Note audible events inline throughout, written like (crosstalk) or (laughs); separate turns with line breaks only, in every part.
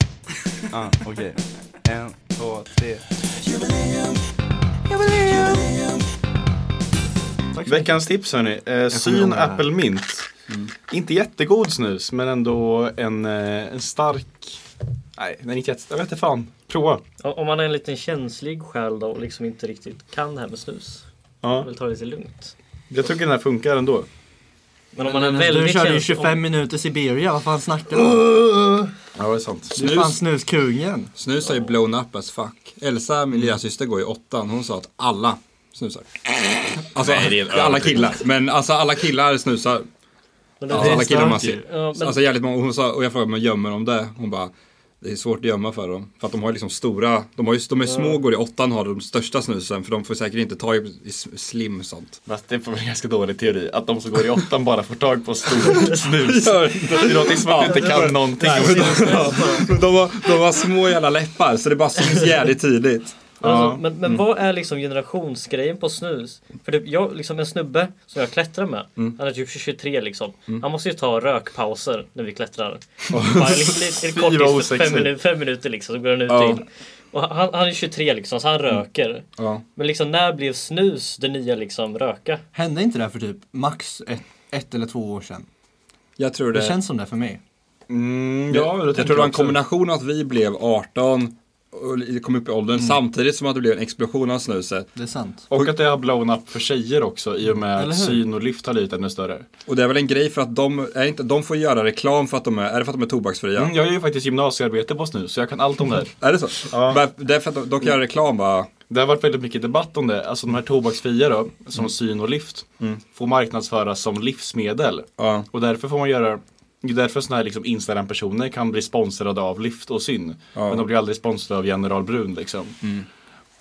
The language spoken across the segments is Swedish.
Ah,
Ja, okej. En, två, tre.
Veckans tips hörni. Eh, syn äppelmint.
Mm.
Inte jättegod snus men ändå en, eh, en stark. Nej, den är inte jätte... Jag vet inte fan. Prova.
Ja, Om man är en liten känslig själ då och liksom inte riktigt kan det här med snus.
Ja,
Man vill ta det lite lugnt.
jag tycker den här funkar ändå.
Men om man är
Men
väldigt
du körde ju
käns-
25 minuter Siberia, vad fan snackar du om?
Ja, det är sant.
Du är fan snuskungen.
Snus har ju blown up as fuck. Elsa, min lilla syster, går i åttan. Hon sa att alla snusar. Alltså,
Nej, det är en
alla
överdrift.
killar. Men alltså alla killar snusar.
Men det-
Alltså, alla killar man
starkt ju.
ser.
Ja, men-
Alltså jävligt många. Och Hon sa, och jag frågade om jag gömmer dem det. Hon bara, det är svårt att gömma för dem. För att de har ju liksom stora, de, har ju, de är små går i åttan har de största snusen. För de får säkert inte tag i i s- slim och sånt.
(laughs) Fast det får en ganska dålig teori. Att de som går i åttan bara får tag på
(laughs)
stort snus. Det är någonting som man inte kan någonting om.
De har, de har små jävla läppar så det bara syns jävligt tidigt.
Alltså, men men vad är liksom generationsgrejen på snus? För det, jag, liksom en snubbe som jag klättrar med, han är typ 23 liksom. Han måste ju ta rökpauser när vi klättrar. Bara en liten-
vad
liten kortis för fem,
osexigt.
minu- fem minuter liksom, så går han ut
Ja.
och in. Och han, han är 23 liksom, så han röker.
Ja.
Men liksom när blev snus det nya liksom röka?
Hände inte det här för typ max ett, ett eller två år sedan?
Jag tror det.
Det känns som det för mig.
Mm,
Ja,
ja,
jag tror
tänker
det var en
också.
kombination av att vi blev 18 och kom upp i åldern samtidigt som att det blev en explosion av snuset.
Det är sant.
Och att det har blown up för tjejer också i och med
Eller
att
hur?
syn och lyft har blivit ännu större.
Och det är väl en grej för att de, är inte, de får göra reklam för att de är, är det för att de är tobaksfria?
Mm, jag gör ju faktiskt gymnasiearbete på snus så jag kan allt om det här.
Är det så? Men Det är för att de, de kan göra reklam bara.
Det har varit väldigt mycket debatt om det. Alltså de här tobaksfria då, som syn och lyft, får marknadsföras som livsmedel.
Ja.
Och därför får man göra det är därför sådana här liksom Instagram-personer kan bli sponsrade av Lyft och Syn.
Ja.
Men de blir aldrig sponsrade av General Brun liksom.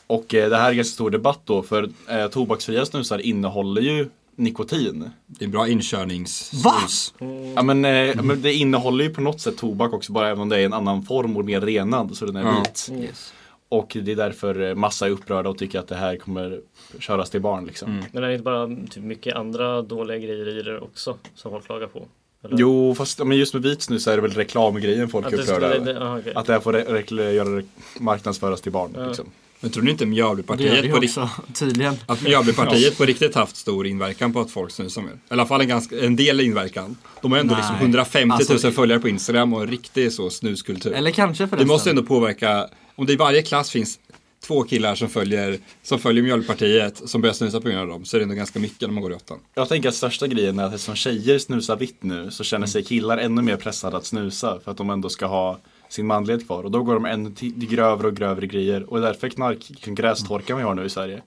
Och eh, det här är en ganska stor debatt då för eh, tobaksfria snusar innehåller ju nikotin.
Det är en bra inkörnings...
Va?
snus.
Ja, men, eh, men det innehåller ju på något sätt tobak också bara även om det är en annan form och mer renad så den är
Ja.
vit. Och det är därför eh, massa är upprörda och tycker att det här kommer köras till barn liksom.
Men är det inte bara typ, mycket andra dåliga grejer i det också som folk klagar på? Eller?
Jo, fast ja, men just med vit snus så är det väl reklamgrejen folk
att
är
det
upprörda
skulle,
över.
det, aha, okej.
Att det här får re- re- göra re- marknadsföras till barn.
Ja.
Liksom.
Men tror ni inte
Det gör
Mjölbypartiet
det
på,
ju
rikt-
också, (laughs) tydligen.
att Mjölbypartiet på riktigt haft stor inverkan på att folk snusar mer? I alla fall en, ganska, en del inverkan. De har ändå
Nej.
liksom 150 000
Alltså-
följare på Instagram och en riktig så snuskultur.
Eller kanske
Det
förresten.
måste ändå påverka, om det i varje klass finns två killar som följer, som följer mjölkpartiet som börjar snusa på grund av dem så är det ändå ganska mycket när man går i åttan.
Jag tänker att största grejen är att eftersom tjejer snusar vitt nu så
Mm.
känner sig killar ännu mer pressade att snusa för att de ändå ska ha sin manlighet kvar och då går de ännu till till grövre och grövre grejer och det är därför knark grästorkan vi har nu i Sverige.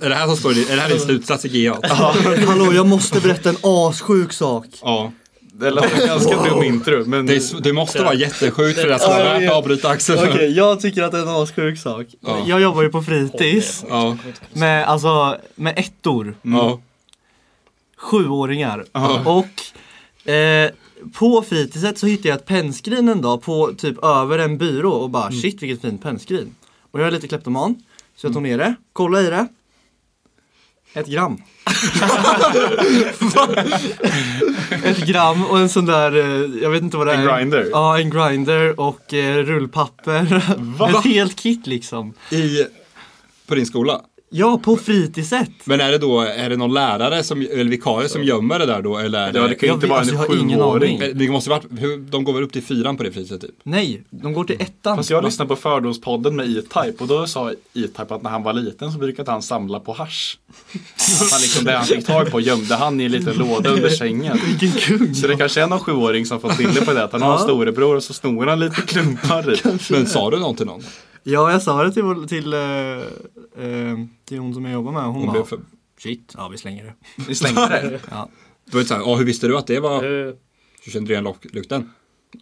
Är det här, som står, i- är det här din slutsats i GA?
Hallå, jag måste berätta en assjuk sak.
Ja.
Det lät som en ganska dum intro men
Det, är, s- det måste vara jättesjukt för det här ska
Ja,
vara
jag
värt
vet.
att avbryta Axel.
Okej, jag tycker att det är en assjuk sak.
Ja.
Jag jobbar ju på fritids
Ja,
med, alltså, med ettor,
ja.
sjuåringar. Och eh, på fritidset så hittade jag ett pennskrin en dag på typ över en byrå och bara
Mm.
shit vilket fint pennskrin. Och jag är lite kleptoman, så jag tog ner det, kollade i det. Ett
(laughs)
gram. ett gram och en sån där, eh, jag vet inte vad det
En
är.
grinder?
Ja, en grinder och eh, rullpapper. Ett helt kit liksom.
I, på din skola.
Ja, på fritidset.
Men är det då, är det någon lärare som, eller vikarie som gömmer det där då? Eller är
Ja, det
det, Eh,
kan ju
Jag
inte
vet-
vara
alltså, jag
en
har ingen
sjuåring.
aning.
det måste varit, hur, de går väl upp till fyran på det priset typ?
Nej, de går till ettan.
Fast jag lyssnade på Fördomspodden med E-Type och då sa E-Type att när han var liten så brukade han samla på hasch.
(laughs)
Att han liksom, det han fick tag på gömde han i en liten låda under sängen.
Vilken kung!
Så det kanske är någon sjuåring som fått till det på det att han har en storebror och så snor han lite klumpar i.
Men sa du någon till någon?
Ja, jag sa det till, vår- till, eh, eh, till hon som jag jobbar med. Hon,
Hon
bara,
blev för,
shit, ja vi slänger det.
Vi slängde det.
det var inte såhär, ja hur visste du att det var,
Hur-
du kände redan lock- lukten?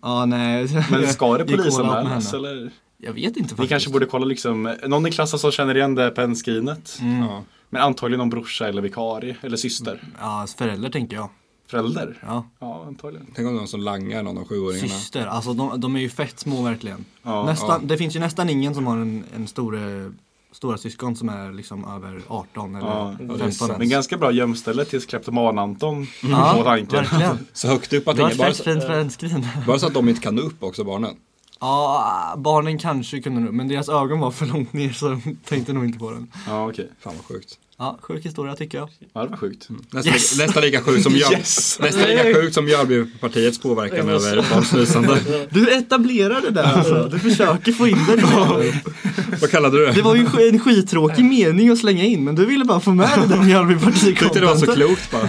Ja, nej.
Men ska det
Gick all out med
polisanmälas
henne.
eller?
Jag vet inte faktiskt.
Ni kanske borde kolla liksom, någon i klassen som känner igen det pennskrinet.
Mm.
Ja.
Men antagligen någon brorsa eller vikarie eller syster.
Ja, förälder tänker jag.
Förälder?
Mm. Ja.
Ja, antagligen.
Tänk om någon som langar någon av sjuåringarna.
Syster, alltså de, de är ju fett små verkligen. nästan, Det finns ju nästan ingen som har en, en stor eh, stora syskon som är liksom över 18 eller
Ja,
det är
15
sant.
Men
ens.
ganska bra gömställe tills kleptoman-Anton får
Mm. Ja,
tanken.
verkligen.
Så högt upp att
Det var
ingen,
ett
bara,
fett
så-
fint fanskrin.
bara så att de inte kan nå upp också barnen.
Ja, barnen kanske kunde nu, men deras ögon var för långt ner så de tänkte nog inte på den.
Ja, okej.
Fan vad sjukt.
Ja, sjuk historia tycker jag.
Ja, det var sjukt.
Nästan,
Yes!
nästan lika sjukt som jag.
Yes!
Nästan lika sjukt som Jörbypartiets påverkan över barnsnusande.
Du etablerar det där alltså. Du försöker få in det. där.
Vad kallade du det?
Det var ju sk- en skittråkig mening att slänga in, men du ville bara få med det där Mjölbyparti
Tyckte det var så klokt bara.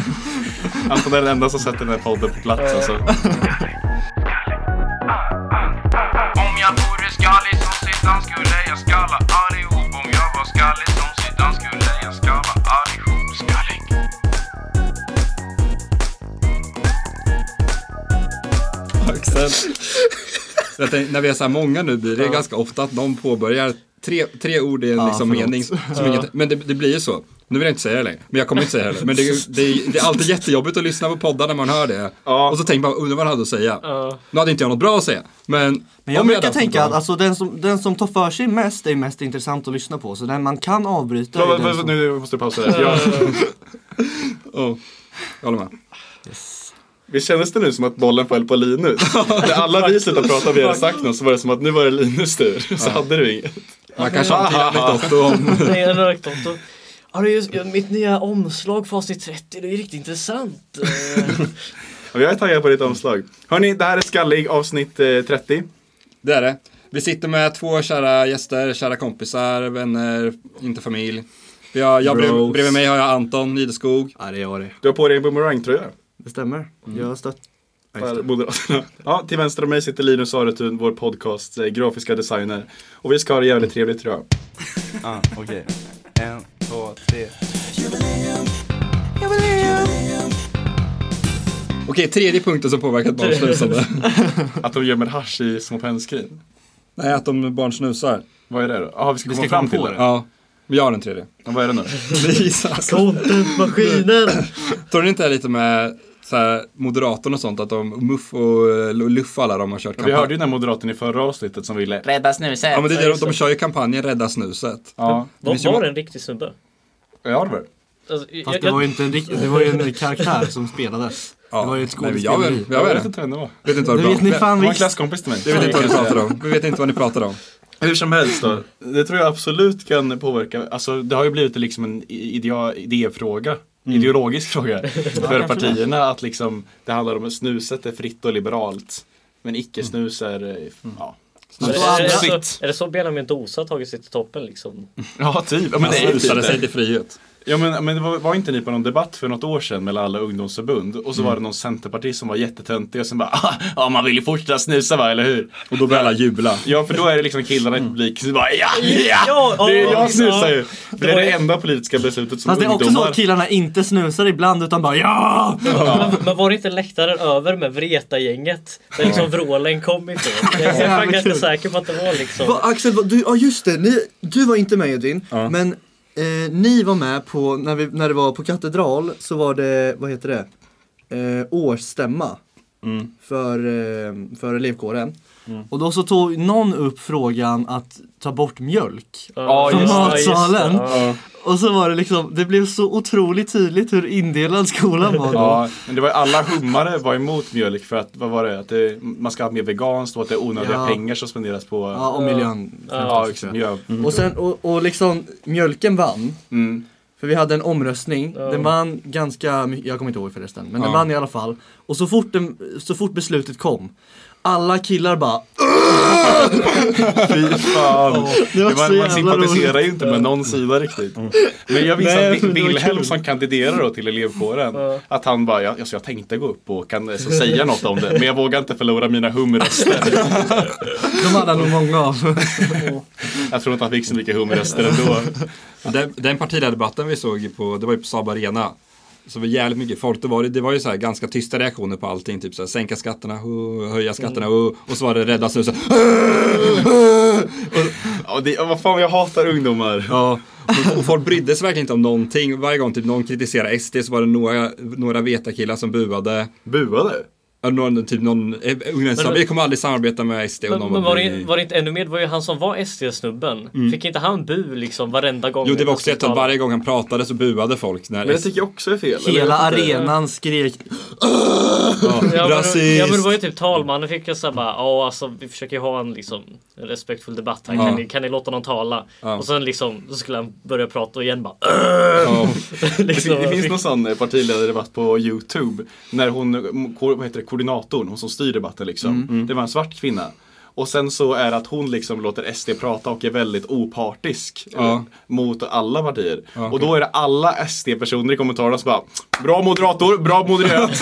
Anton är den enda som sätter den här podden på plats alltså.
Om jag vore skallig som Zidane skulle jag skalla allihop Om jag var skallig som Zidane skulle jag skalla allihop Skallig
Axel. Så jag tänkte, när vi är så här många nu blir det ganska ofta att någon påbörjar tre, tre ord i en liksom
förlåt.
mening. Som inget, men det, det blir ju så. Nu vill jag inte säga det längre, men jag kommer inte säga det heller. Men det, är- det, är- det är alltid jättejobbigt att lyssna på poddar när man hör det. Och så tänker man, undrar vad han hade att säga. Nu hade inte jag något bra att säga. Men,
Men jag
om
brukar
hade haft
tänka
något
att
bra-
alltså, den, som, den som tar för sig mest är mest intressant att lyssna på, så den man kan avbryta är
Ja,
den
men-
som...
Nu måste jag pausa det. här. Jag,
Ja, jag håller med.
visst kändes det nu som att bollen föll på Linus? När alla vi slutade prata och vi hade sagt något så var det som att nu var det Linus tur. Så hade du inget.
Man kanske har en till anekdot om...
Nej, en rökdoktor. Ja, det är just, mitt nya omslag för avsnitt 30, det är riktigt intressant. Eh,
Ja, Jag är taggad på ditt omslag. Hörni, det här är Skallig avsnitt eh, 30.
Det är det. Vi sitter med två kära gäster, kära kompisar, vänner, inte familj. Vi har, jag bredvid,
Bros.
bredvid mig har jag Anton Ideskog.
Ja, det var det.
Du har på dig en boomerangtröja.
Det stämmer. Jag stött. Ja, just
för
det.
Moderaterna. Ja, till vänster om mig sitter Linus Aretun, vår podcast eh, grafiska designer. Och vi ska ha det jävligt trevligt tror jag.
Ah, okej. En, två, tre.
Okej, tredje punkten som påverkat barnsnusande.
Att de gömmer hasch i små pennskrin.
Nej, att de barnsnusar.
Vad är det då? Ja, vi ska
Vi
komma
ska
fram
komma
till
på
det.
Ja, vi har den tredje.
Ja, vad är det nu?
Jesus.
Contentmaskinen!
Tror ni inte det är lite med så här, Moderaterna och sånt, att de Muff och eh, Luff alla de har kört
Vi
kampanj?
hörde ju den här moderaten i förra avsnittet som ville...
Rädda snuset.
Ja, men det är det, de kör ju kampanjen Rädda snuset.
Ja,
De
finns ju
var
ma-
en riktig snubbe.
ja det var det.
Alltså, jag,
Fast
jag,
det var ju inte en rikt- det var ju en karaktär som spelades.
Ja.
Det var ju ett
Nej, men jag,
skådespeleri.
vet- jag
Jag
vet
vet
inte.
inte vem det var.
Vet inte vad
Det
det var.
vet ni fan
Det var en
visst.
klasskompis till mig.
Vi vet inte vad ni pratar om. Vi vet inte vad ni pratar om.
Hur som helst då. Det tror jag absolut kan påverka. Alltså det har ju blivit liksom en idea, idéfråga. Ideologisk fråga för partierna att liksom det handlar om att snuset är fritt och liberalt. Men icke-snus är, eh, ja.
är,
Då
det,
hade
är, det,
jag-
alltså, är det så Benjamin Dosa har tagit sig till toppen liksom?
Ja, typ. Ja, men, det är ju typ
Snusade sig
det.
till frihet.
Ja, men, men det var, var inte ni på någon debatt för något år sedan mellan alla ungdomsförbund och
Mm.
så var det någon centerpartist som var jättetöntig och sen bara (laughs) "Ah, ja man vill ju fortsätta snusa va, eller hur?
Och då började alla jubla.
Ja, för då är det liksom killarna
Mm.
i publiken som bara ja, ja,
Ja,
det är,
ja,
jag snusar ju. För det är
var
det
ju-
enda politiska beslutet som
Fast det är också så
ungdomar...
att killarna inte snusar ibland utan bara ja!
Men, men var det inte läktaren över med Vreta-gänget? Där liksom vrålen kom ifrån. Jag är fan
Jävligt
ganska
kul.
säker på att det var liksom...
Va, Axel, va, du, ja just det, ni, du var inte med Edvin, men eh, ni var med på, när, vi, när det var på katedral så var det, vad heter det, eh, årsstämma för, eh, för elevkåren. Och då så tog någon upp frågan att ta bort mjölk.
Ja,
Från
just det,
matsalen.
just det, ja.
Och så var det liksom, det blev så otroligt tydligt hur indelad skolan var då.
Ja, men det var ju alla hummare var emot mjölk för att, vad var det, att det, man ska ha mer veganskt och att det är onödiga
Ja.
pengar som spenderas på
Ja, och miljön.
ja, exakt. Ja.
Och sen, och, och liksom, mjölken vann.
Mm.
För vi hade en omröstning,
Ja.
den vann ganska mycket, jag kommer inte ihåg förresten, men den
Ja.
vann i alla fall. Och så fort, den, så fort beslutet kom, alla killar bara
Fy fan.
(laughs) det var
Det var,
så
man
jävla Mm.
sympatiserar ju inte med någon sida riktigt. Men jag visste
Nej,
att
men det var
Wilhelm
kul.
som kandiderar då till elevkåren,
Ja.
att han bara, ja, alltså jag tänkte gå upp och kan, så, säga något om det, men jag vågar inte förlora mina hummerröster.
(laughs) De hade nog många av.
Jag tror inte han fick så mycket hummerröster ändå.
Den, den partiledardebatten vi såg på, det var ju på Saab Arena. Så det var jävligt mycket folk. Det var, det var ju så här ganska tysta reaktioner på allting. Typ så här, sänka skatterna, hu, höja skatterna, hu, och så var det rädda snusen.
Ja, det, ja, vad fan, jag hatar ungdomar.
Ja. Och, och folk brydde sig verkligen inte om någonting. Varje gång typ någon kritiserade SD så var det några, några veta killar som buade.
Buade?
Ja, någon, typ någon, eh, ungdomssamarbete.
Men-
jag kommer aldrig samarbeta med SD och
Men,
någon
men
bara
var, det,
blir- Mm.
var det inte ännu mer, det var ju han som var SD-snubben. Fick inte han bu liksom varenda gång?
Jo, det var också
han
ett
skulle
att
tala?
varje gång han pratade så buade folk. När
Men det tycker jag också är fel. eller?
Hela
Jag vet inte.
arenan skrek
Ja, men,
Rasist.
ja men det var ju typ talmannen fick jag såhär bara ja alltså vi försöker ju ha en liksom en respektfull debatt här.
Ja.
Kan, ni, kan ni låta någon tala?
Ja.
Och sen liksom så skulle han börja prata och igen bara (laughs)
Ja.
Det,
liksom,
fin-
Alltså,
det finns någon sån eh, partiledardebatt på Youtube. När hon, eh, ko- vad heter det, koordinatorn, hon som styr debatten liksom.
Mm.
Det var en svart kvinna. Och sen så är det att hon liksom låter SD prata och är väldigt opartisk
Ja.
eh, mot alla partier. Och då är det alla SD-personer i kommentarerna som bara Bra moderator, bra
(laughs)
moderat.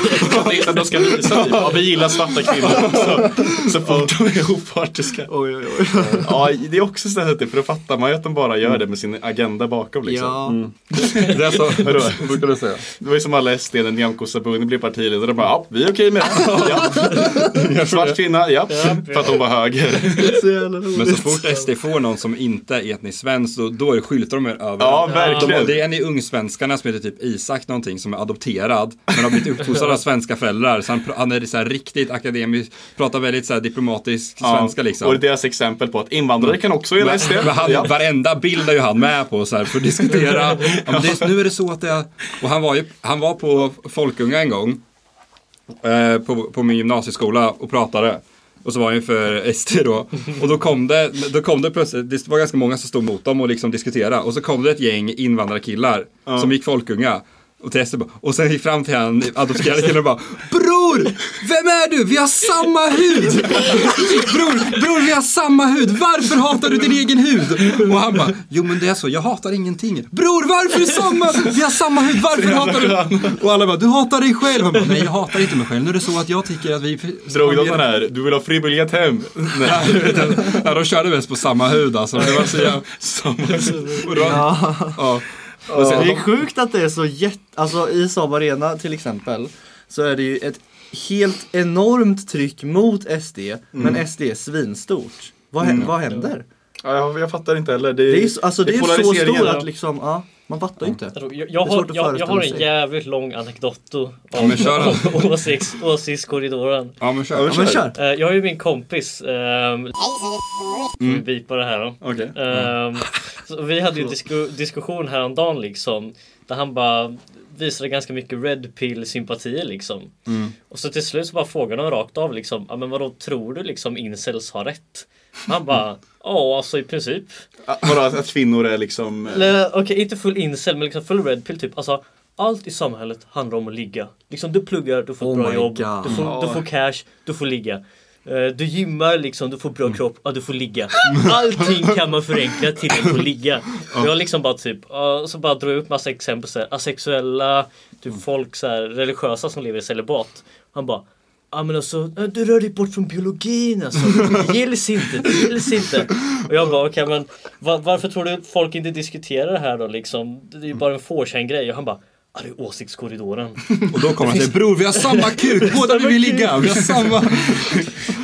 det är att de ska visa typ, ja, vi gillar svarta kvinnor också. Så fort de är opartiska.
oj, oj, oj.
Ja, det är också så här typ, för då fattar man ju att de bara gör det med sin agenda bakom liksom.
Ja,
Det är så,
Vadå?
Brukar du säga.
Det var ju som alla SD när Nyamko Sabuni blev partiledare. De bara, ja, vi är okej med det. Ja. Svart kvinna, ja. För att hon var höger.
så jävla roligt.
men så fort SD får någon som inte är etnisk svensk, då, då är det skyltar de er över.
Ja,
De,
verkligen.
det är en i Ungsvenskarna som heter typ Isak någonting som är adopterad men har blivit uppfostrad av svenska föräldrar. Så han, pr- han är så här riktigt akademisk, pratar väldigt så här diplomatisk
Ja,
svenska liksom.
Och det är deras exempel på att invandrare kan också gilla SD.
Men han,
Ja.
Varenda bild är ju han med på så här, för att diskutera. Ja, men det, nu är det så att det Och han var, ju, han var på Folkunga en gång. Eh, på, på min gymnasieskola och pratade. Och så var han ju för SD då. Och då kom det, då kom det plötsligt, det var ganska många som stod mot dem och liksom diskuterade. Och så kom det ett gäng invandrarkillar som gick Folkunga. Och, till SD bara, och sen gick fram till han adopterade killen och bara Bror! Vem är du? Vi har samma hud! Bror, bror vi har samma hud! Varför hatar du din egen hud? Och han bara Jo men det är så, jag hatar ingenting. Bror varför samma? Vi har samma hud, varför hatar du? Och alla bara Du hatar dig själv! Han bara, Nej jag hatar inte mig själv. Nu är det så att jag tycker att vi...
Drog de den här, du vill ha fri biljett hem? Nej.
Ja de körde mest på samma hud alltså. Det var så jävla... Och det var- ja. Och sen-
Det är sjukt att det är så jätte, alltså i Saab Arena till exempel så är det ju ett helt enormt tryck mot SD men SD är svinstort. Vad, hä- vad händer?
Ja, jag, jag fattar inte heller. Det
Det är ju så, alltså det är så
polariseringen.
stort att liksom, ja, man fattar ju inte.
Jag, jag,
svårt
har,
att
jag, jag
föreställa
har en
sig.
jävligt lång anekdoto
men kör
(laughs) om om åsikts- åsiktskorridoren.
Ja men kör.
Ja, men kör!
Eh, jag har ju min kompis,
Mm.
ehm, får vi bipa det här då.
Okej.
Ehm, så vi hade ju disku- diskussion häromdagen liksom. Där han bara visade ganska mycket red pill sympatier liksom. Och så till slut så bara frågade han rakt av liksom. Ja men vadå tror du liksom incels har rätt? Han bara ja alltså i princip.
Vadå, att, att kvinnor är liksom... eh,
Eller okej inte full incel men liksom full red pill typ. Alltså allt i samhället handlar om att ligga. Liksom du pluggar, du får ett
Oh
bra
my
jobb,
God.
du får, du får cash, du får ligga. Eh, Du gymmar liksom, du får bra kropp, ja du får ligga. Allting kan man förenkla till att få ligga. Jag har liksom bara typ, ja, så bara drar jag upp massa exempel så här, asexuella, typ folk så här, religiösa som lever i celibat. Han bara Ja men alltså, eh, du rör dig bort från biologin alltså. Det gills inte, det gills inte. Och jag bara okej men va- varför tror du folk inte diskuterar det här då liksom? Det är ju bara en 4chan grej och han bara Ja det är åsiktskorridoren.
Och då kommer han och säger Bror vi har samma kuk, båda vi vill ligga. Vi har samma...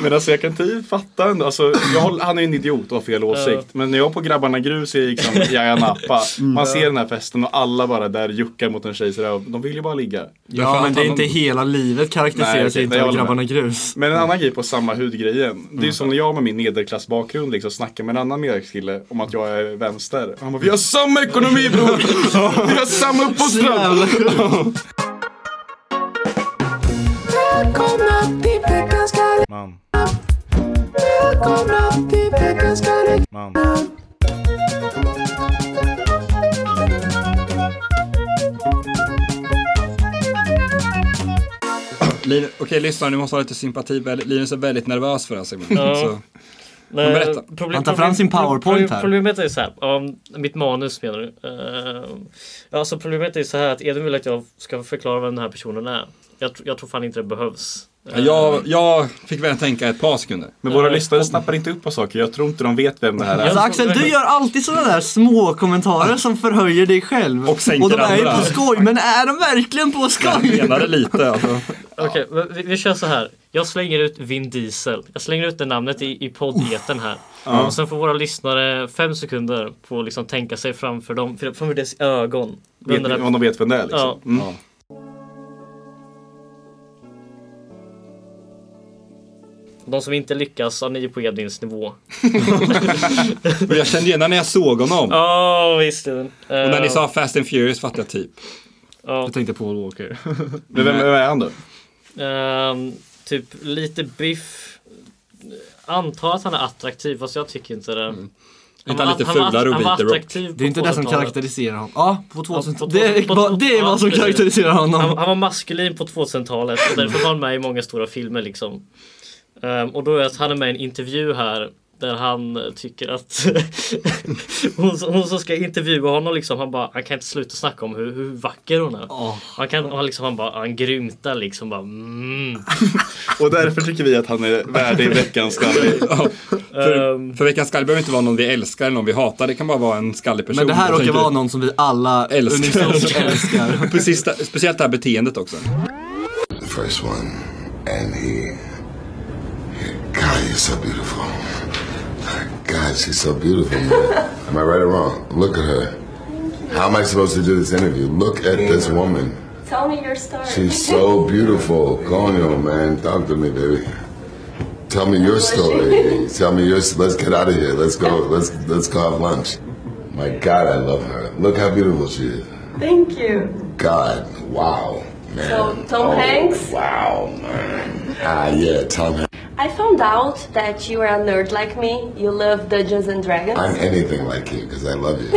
Men alltså jag kan typ fatta ändå. Alltså, jag håller, han är ju en idiot och har fel åsikt.
Ja.
Men när jag var på Grabbarna Grus i (laughs) liksom, Yahya Napa. Man ser den här festen och alla bara där juckar mot en tjejs röv. De vill ju bara ligga.
Ja men det är inte hela livet
Nej,
karaktäriseras
okej,
ju
det
inte av
håller jag
grabbarna grus.
Men en annan grej på samma hudgrejen. Det är ju som när jag med min nederklassbakgrund liksom snackar med en annan medelklasskille om att jag är vänster. Och han bara, vi har samma ekonomi (laughs) bror! Vi har samma uppfostran!
Jävla sjukt.
Man. Man.
Lin- Okej lyssna, ni måste ha lite sympati. Väl- Linus är väldigt nervös för det här segmentet.
Ja.
Så.
Nej,
berätta.
problem-
Han tar fram sin
problem-
powerpoint här.
Problemet är så här, om mitt manus menar du? Uh, alltså problemet är så här att Edvin vill att jag ska förklara vem den här personen är. Jag, tr- jag tror fan inte det behövs.
Ja, Jag, jag fick väl tänka ett par sekunder.
Men våra lyssnare snappar inte upp på saker. Jag tror inte de vet vem det här är.
Alltså Axel, du gör alltid sådana där små kommentarer som förhöjer dig själv.
Och sänker
Och de är ju
andra.
på skoj, men är de verkligen på skoj?
Menade lite alltså.
Okej, men vi, vi kör så här. Jag slänger ut Vin Diesel. Jag slänger ut det namnet i, i poddeten här. Och sen får våra lyssnare fem sekunder på att liksom tänka sig framför dem, framför deras ögon. Vem
Vet
den
ni
här
Mm. om de vet vem det är liksom?
Ja.
Mm.
de som inte lyckas, ja, ni är på Edvins nivå.
Men jag kände igen när jag såg honom.
Ja, visst. Och
Och när ni sa Fast and Furious fattade jag typ.
Eh, Ja,
tänkte Paul Walker.
Men vem, vem är han då?
ehm, typ lite biff. Antar att han är attraktiv, fast jag tycker inte det.
Mm. Inte han
var-
lite
var-
fulare och
han var
vit The Rock.
attraktiv
Det är inte
på
det som
2000-talet.
karaktäriserar honom. Ja, på 2000
på
det, är,
2000
bara- det är vad som
ja, precis.
karaktäriserar
Han,
honom.
han var maskulin på 2000-talet och därför var han med i många stora filmer liksom. Ehm, och då är att han är med i en intervju här där han eh, tycker att (laughs) hon, som- hon som ska intervjua honom liksom, han bara, han kan inte sluta snacka om hur, hur vacker hon är.
Åh.
Han kan, och han liksom, han bara, han grymtar liksom bara mm.
Och därför tycker vi att han är värdig veckans skallig.
Ja.
Ehm,
För veckans skallig behöver inte vara någon vi älskar eller någon vi hatar. Det kan bara vara en skallig person.
Men det här
Jag
råkar
tänkte-
vara någon som vi alla
Älskar. (laughs)
unisont älskar.
Precis, det- speciellt det här beteendet också.
The first one, and he. God, he's so beautiful. God, she's so beautiful, man. Am I right or wrong? Look at her. How am I supposed to do this interview? Look at this woman.
Tell me your story. (laughs)
She's so beautiful. Go on, yo, man. Talk to me, baby. Tell me your story. Tell me your. Let's get out of here. Let's go. Let's let's go have lunch. My God, I love her. Look how beautiful she is.
Thank you.
God, wow, man. Oh.
So, Tom Hanks?
Wow, man. Ah, yeah, Tom Hanks.
I found out that you are a nerd like me. You love Dungeons and Dragons.
I'm anything like you because I love you.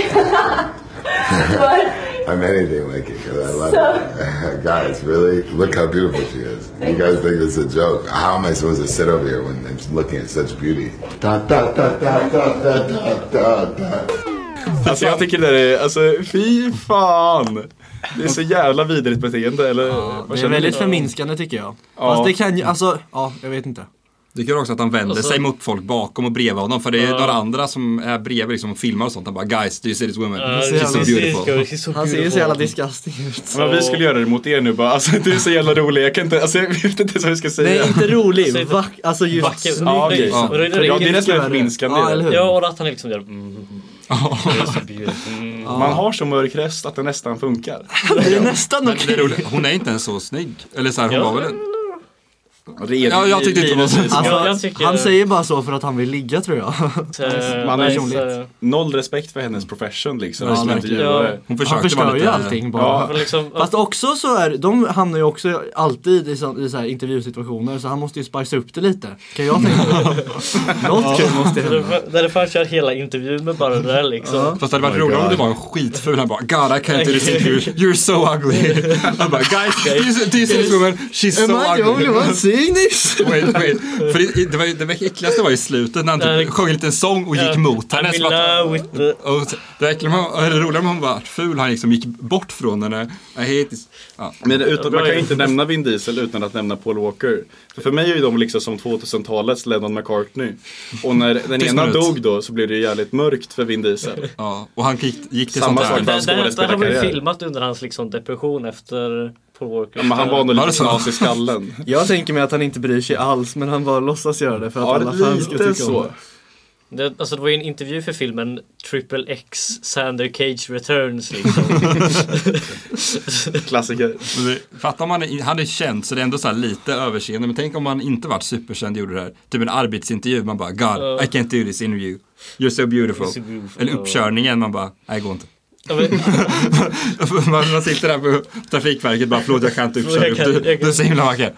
But
I'm anything like you because I love you. (laughs) guys, really? Look how beautiful she is. You guys think it's a joke. How am I supposed to sit over here when I'm looking at such beauty? Da, da, da, da, da, da, da, da, da.
Alltså jag tycker det där är, alltså fy fan. Det är så jävla vidrigt beteende eller? vad
Det är
känner
väldigt
ni?
förminskande tycker jag. Fast det kan ju, alltså, ja, jag vet inte.
Det gör också att han vänder
Och så-
sig mot folk bakom och bredvid honom. För det är några andra som är bredvid liksom, och filmar och sånt. Han bara “Guys, do you see this woman?
Ehm,
She's so beautiful”.
Han ser ju så jävla disgusting ut.
Men vi skulle göra det mot er nu bara, alltså du är så jävla rolig, jag kan inte, alltså jag vet inte ens vad jag ska säga.
Nej, inte
Så-
rolig. Vack, alltså just
Vacker.
snygg.
Ja, okej.
liksom. Och då är det-
Ja, det är nästan
Värre.
förminskande.
Ja, eller hur?
Ja, och att han liksom gör mm. Det är så beautiful. Mm.
Man har så mörk röst att det nästan funkar.
Det är nästan
Det är
okej.
roligt. Hon är inte ens så snygg. Eller så här, hon
Ja.
var väl en... Ja, jag tyckte inte hon var så snygg.
Alltså,
Jag- jag tycker-
Han säger bara så för att han vill ligga tror jag.
Eh,
Man är
nice,
personligt.
eh,
Noll respekt för hennes profession liksom.
Ja,
som
verkligen.
intervjuare.
Hon
Han
försökte vara
förstör ju
lite...
allting bara.
Ja.
men liksom,
Fast också så är de hamnar ju också alltid i, så, i så här intervjusituationer så han måste ju spicea upp det lite. Kan jag tänka mig. Något kul måste hända.
därför- Därför han kör hela intervjun med bara det där liksom.
Fast det hade varit roligare om det var en skitful. Han bara “God, I can't do this interview. You're so ugly”. Han bara “Guys, do you see- do you see this woman? She's so
Am I the only
ugly”. (laughs)
one seeing this?
Wait, wait. För det, det, var, ju- det äckligaste var i slutet när han typ
Ja.
sjöng en liten sång och gick mot henne.
I'm in
som att-
love with the...
Och så- det var äckligt med- eller det roliga med hon var ful, han liksom gick bort från henne. I hate this. Ja.
Men utan, man kan ju inte nämna Vin Diesel utan att nämna Paul Walker. För, för mig är ju de liksom som 2000-talets Lennon McCartney. Och när den
Tyst
ena
minut.
dog då så blev det ju jävligt mörkt för Vin Diesel.
Ja. Och han gick, gick till
Samma
sånt
sak.
där.
Det, det, det har
skådespelarkarriär.
vi filmat under hans liksom, depression efter Paul Walker.
Men han var nog
Var det
lite
så?
knas i
(laughs)
skallen.
Jag tänker mig att han inte bryr sig alls men han bara låtsas göra det för att
Ja,
alla fans ska
lite
tycka om
så.
det.
det, alltså, det var ju en intervju för filmen Triple X Sander Cage Returns liksom.
Klassiker.
Men det- Fatta om han är, han är känd så det är ändå så här lite överseende. Men tänk om han inte varit superkänd och gjorde det här. Typ en arbetsintervju. Man bara God, I can't do this interview. You're so beautiful.
You're so beautiful.
Eller uppkörningen. Man bara, nej det går inte. (laughs)
Ja, men-
Man, man sitter där på Trafikverket bara förlåt jag kan inte uppköra.
Jag kan-
Du,
jag kan- Eh.
du är så himla vacker.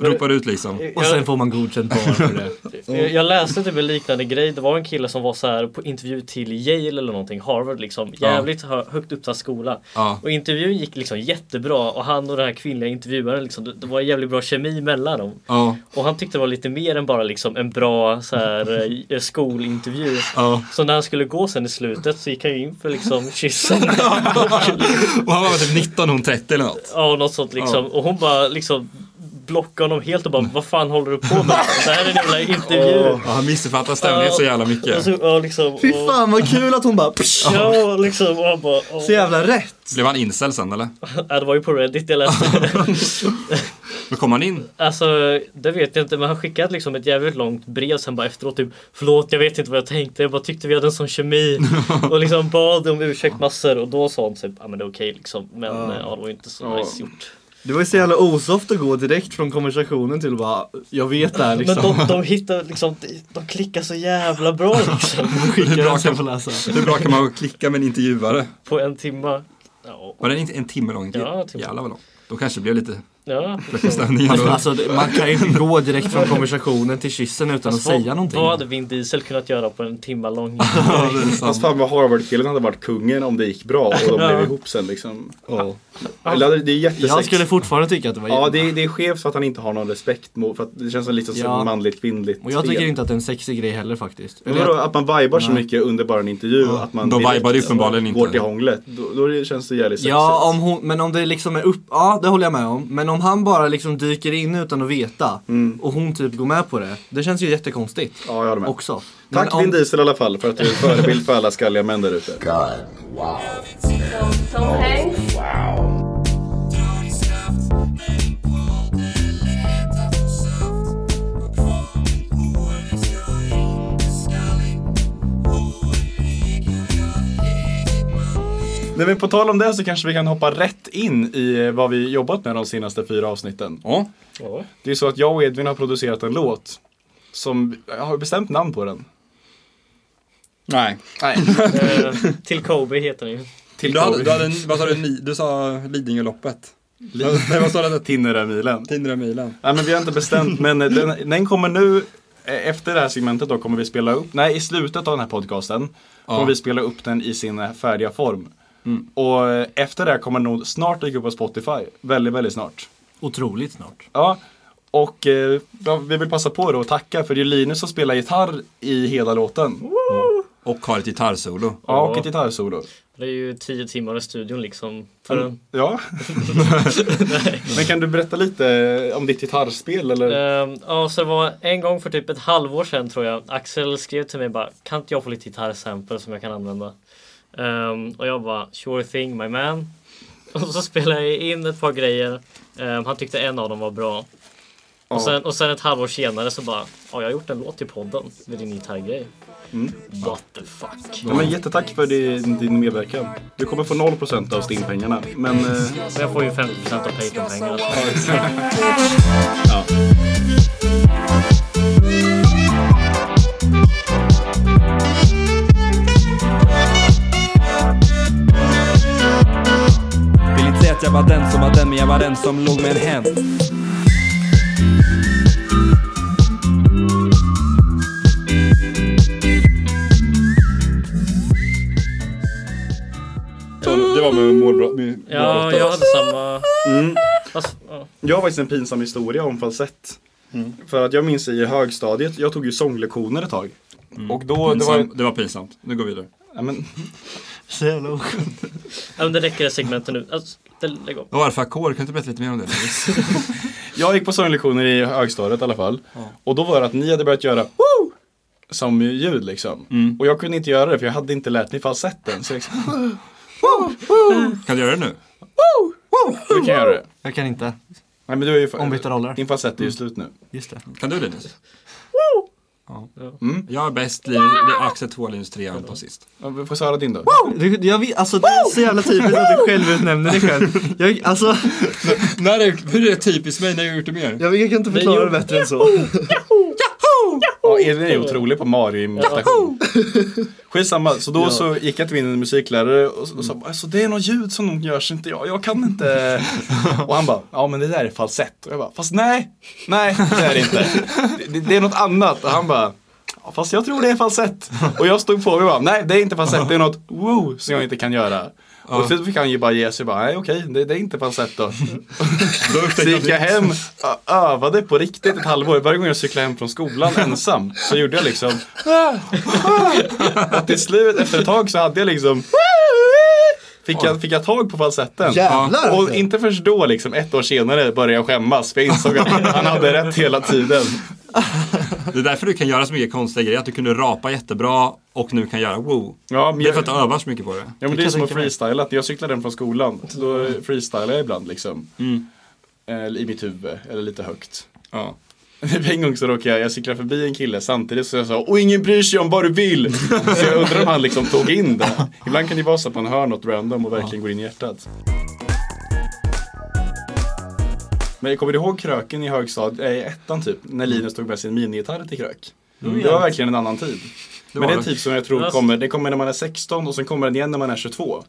Ropar ut liksom.
Och sen får man godkänt bara för det.
Jag, jag läste typ en liknande grej. Det var en kille som var så här på intervju till Yale eller någonting, Harvard liksom. Jävligt hö- högt uppsatt skola.
Ja.
Och intervjun gick liksom jättebra och han och den här kvinnliga intervjuaren liksom, det, det var jävligt bra kemi mellan dem.
Ja.
Och han tyckte det var lite mer än bara liksom en bra så här, eh, skolintervju.
Ja.
Så när han skulle gå sen i slutet så gick han in för liksom kyssen.
Och han var typ 19 hon 30 eller något.
Ja, något sånt liksom. Och hon bara liksom blockade honom helt och bara vad fan håller du på med? Det här är en jävla intervju.
Ja, han missuppfattar stämningen så jävla
Och
mycket.
så, ja, liksom,
Fy
och-
fan vad kul att hon bara psh,
Ja, och liksom. Och han bara, åh.
så jävla rätt.
Blev han incel sen eller?
Ja, det var ju på Reddit jag läste.
Då kom han in.
alltså, det vet jag inte. Men han skickade liksom ett jävligt långt brev sen bara efteråt. Typ, Förlåt, jag vet inte vad jag tänkte. Jag bara tyckte vi hade en sån
(laughs)
kemi. och liksom eh, bad om ursäkt massor. Och då sa han typ, ja men det är okej liksom. Men ja. Ja, det var ju inte så nice gjort.
Det var ju så jävla osoft att gå direkt från konversationen till bara, jag vet (laughs) det här liksom.
Men de, de hittar liksom, de klickar så jävla bra liksom.
skickar alltså-
bra
den sen
kan-
får läsa.
Hur bra kan man klicka med en intervjuare?
På en timma. Ja,
Var den inte en timme lång?
Ja, typ en timme.
Jävlar vad lång. Då kanske det blev lite
ja.
stämning
Alltså,
ändå.
alltså, det- man kan ju inte gå direkt från konversationen till kyssen utan att säga någonting.
Alltså, Vad hade Vin Diesel kunnat göra på en timma
(laughs)
lång?
Fast fan vad Harvard-killen hade varit kungen om det gick bra
(laughs)
och de blev ihop sen liksom.
Ja.
Eller hade- det är jättesex.
Jag skulle fortfarande tycka att det var
Ja,
jävligt.
det är, det är skevt för att han inte har någon respekt mot, för att det känns lite som
Ja.
manligt kvinnligt
Och jag tycker
fel.
inte att det är en sexig grej heller faktiskt.
Men
Eller
vadå,
att,
att man vibar så
Nej.
mycket under bara en intervju att man
De
direkt
vibar ju uppenbarligen
går
inte.
till hånglet, då, då känns det jävligt sexigt.
ja, om hon, men om det liksom är upp, ja det håller jag med om. Men om han bara liksom dyker in utan att veta och hon typ går med på det. Det känns ju jättekonstigt.
Ja, jag håller med.
Också. Men
Tack
om-
Vin Diesel i alla fall för att du är en förebild för alla skalliga män där ute.
God, wow.
Tom, Tom Hanks.
Nej men på tal om det så kanske vi kan hoppa rätt in i vad vi jobbat med de senaste fyra avsnitten.
Ja.
Ja.
Det är så att jag och Edvin har producerat en låt som, jag har bestämt namn på den.
Nej.
Nej.
Eh, Till Kobe heter den ju.
Till
Du, hade,
Kobe.
du, hade, en- vad sa du, Ni- du sa Lidingöloppet? Nej,
(laughs)
vad sa du?
Tinnerömilen.
Tinnerömilen?
Nej men vi har inte bestämt men den, den kommer nu eh, efter det här segmentet då kommer vi spela upp, nej i slutet av den här podcasten kommer
Ja. Mm.
vi spela upp den i sin färdiga form. Och eh, efter det här kommer den nog snart dyka upp på Spotify, väldigt väldigt snart.
Otroligt snart.
Ja, och eh, ja, vi vill passa på då att tacka för det är Linus som spelar gitarr i hela låten.
Och har ett gitarrsolo.
Ja, och ett gitarrsolo.
Det är ju tio timmar i studion liksom. För den.
Ja. Men kan du berätta lite eh, om ditt gitarrspel eller?
Ehm, ja, så det var en gång för typ ett halvår sedan tror jag. Axel skrev till mig bara, kan inte jag få lite gitarrsample som jag kan använda? Ehm, och jag bara, sure thing my man. (laughs) Och så spelade jag in ett par grejer. Ehm, han tyckte en av dem var bra. Och sen, och sen ett halvår senare så bara, ja jag har gjort en låt till podden med din gitarrgrej. What the fuck.
Mm. Ja, men jättetack för din, din medverkan. Du kommer få 0% av stimpengarna. Men eh,
Men jag får ju 50% av Patreon-pengarna.
Vill inte säga att jag var den som var den, men jag var den som låg med en hen.
Det var med målbrottet.
Ja, jag hade samma...
Mm.
Fast, ja.
jag har faktiskt en pinsam historia om falsett. För att jag minns i högstadiet, jag tog ju sånglektioner ett tag. Och då, det var,
Det var Mm. pinsamt. Nu går vi vidare.
ja, men,
Så jävla o-
Ja, men det räcker det segmentet nu. Alltså, det, lägg av.
Vad var det för ackord? Kan du inte berätta lite mer om det?
jag gick på sånglektioner i högstadiet i alla fall. Och då var det att ni hade börjat göra Woo! som ljud liksom. Och jag kunde inte göra det för jag hade inte lärt mig falsetten. Så jag liksom,
Kan du göra det nu?
(laughs) du kan göra det. Mm.
Jag kan inte.
Nej, men du är ju,
Ombytta roller.
Din falsett är ju slut nu.
Just det.
Kan du Linus? Ja. Mm. Jag är bäst, Li- Axel 2, Linus 3 och Anton sist.
Ja, Vi får höra din då.
Du, jag vet, alltså det är så jävla typiskt att du själv utnämner dig själv. Jag, alltså,
När är, hur är det typiskt mig när jag har gjort det mer?
jag, jag kan inte
gjorde-
förklara det bättre än så.
Ja, Edvin är ju otrolig på Mario-imitation. (laughs) Skitsamma, så då så gick jag till min musiklärare och, och sa alltså, det är något ljud som de gör så inte jag, jag kan (laughs) inte. Och han bara, ja men det där är falsett. Och jag bara, fast nej, nej det är det inte. Det, det är något annat. Och han bara, "Ja, fast jag tror det är falsett. Och jag stod på mig och bara, nej det är inte falsett, det är något woo som jag inte kan göra. Och så fick han ju bara ge sig, bara, nej okej, det, det är inte falsett då. Så gick jag hem, ö- övade på riktigt ett halvår. Varje gång jag cyklade hem från skolan ensam så gjorde jag liksom ah." Och till slut, efter ett tag så hade jag liksom Fick jag, fick jag tag på falsetten.
(laughs) Jävlar,
Och
alltså.
inte först då, liksom, ett år senare, började jag skämmas. För jag insåg att han hade rätt hela tiden.
Det är därför du kan göra så mycket konstiga grejer. Att du kunde rapa jättebra och nu kan göra wow.
Ja, men
Det är för att
jag,
du övar så mycket på det.
ja, men det är som att freestyla. När jag cyklade hem från skolan, då
Mm.
freestylade jag ibland. Liksom. Eh, I mitt huvud, eller lite högt.
Ja.
(laughs) Det var En gång så råkade jag, jag cyklade förbi en kille samtidigt så jag sa och ingen bryr sig om vad du vill. (laughs) Så jag undrar om han liksom tog in det. Ibland kan det ju vara så att man hör något random och verkligen går in i hjärtat. Men jag kommer du ihåg kröken i högstadiet, eh, i ettan typ, när Linus tog med sin minigitarr till krök? Det var verkligen en annan tid. Men Mm. det är en tid som jag tror kommer, det kommer när man är 16 och sen kommer den igen när man är 22.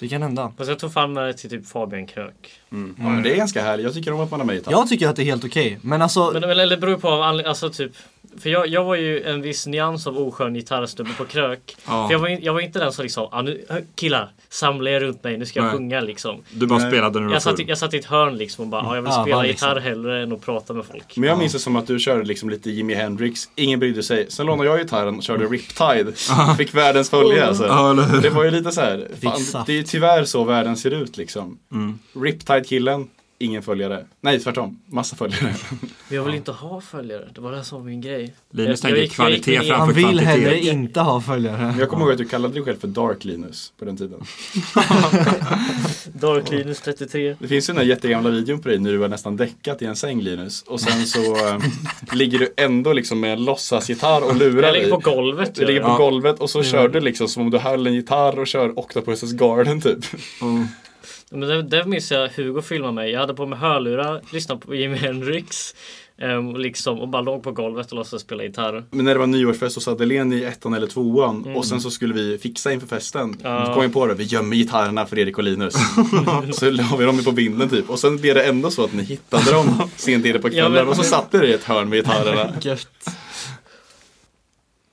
Det kan hända.
Fast jag tog fan med det till typ Fabian Krök.
Ja, men det är ganska härligt, jag tycker om att man har med gitarr.
Jag tycker att det är helt okej. Men alltså,
Men, men eller det beror på av anled- alltså typ för jag, jag var ju en viss nyans av oskön gitarrsnubbe på krök. För jag var, in- jag var inte den som liksom, ah, nu, hö- killar, samla er runt mig, nu ska jag
Nej.
sjunga liksom.
Du bara spelade när du var
Jag satt, i-
full.
jag satt i ett hörn liksom och bara, ah, jag vill
Ah,
spela
man liksom.
gitarr hellre än att prata med folk.
Men jag minns det som att du körde liksom lite Jimi Hendrix, ingen brydde sig. Sen lånade jag gitarren och körde
(laughs)
Riptide. Fick världens följe alltså.
Mm. Ja, eller hur?
Det var ju lite så här, fan,
saft.
det är ju tyvärr så världen ser ut liksom.
Mm.
Riptide-killen, ingen följare. Nej, tvärtom, massa följare.
Men jag vill inte ha följare, det var det som var min grej.
Linus
Jag- jag
tänker
gick- jag gick
kvalitet
min
framför-
han vill
kvantitet.
hellre inte ha följare.
Men jag kommer ihåg att du kallade dig själv för Dark Linus på den tiden.
egen Dark Linus 33.
Det finns ju den här jättegamla videon på dig när du var nästan däckat i en säng Linus. Och sen så
(laughs)
eh, ligger du ändå liksom med en låtsasgitarr och lurar
Jag ligger
dig.
på golvet.
Du
gör
ligger
jag.
på golvet och så kör du liksom som om du höll en gitarr och kör Octopus's Garden typ.
Men det, det minns jag Hugo filmade mig. Jag hade på mig hörlurar, lyssnade på Jimi Hendrix. ehm, liksom, och bara låg på golvet och låtsades spela gitarr.
Men när det var nyårsfest och satt Helene i ettan eller tvåan och sen så skulle vi fixa inför festen.
Ja.
Då kom vi på det, vi gömmer gitarrerna för Erik och Linus. (laughs) så la vi dem på vinden typ och sen blev det ändå så att ni hittade dem sent inne på kvällen
Ja, men-
och så satt ni i ett hörn med gitarrerna.
Gött.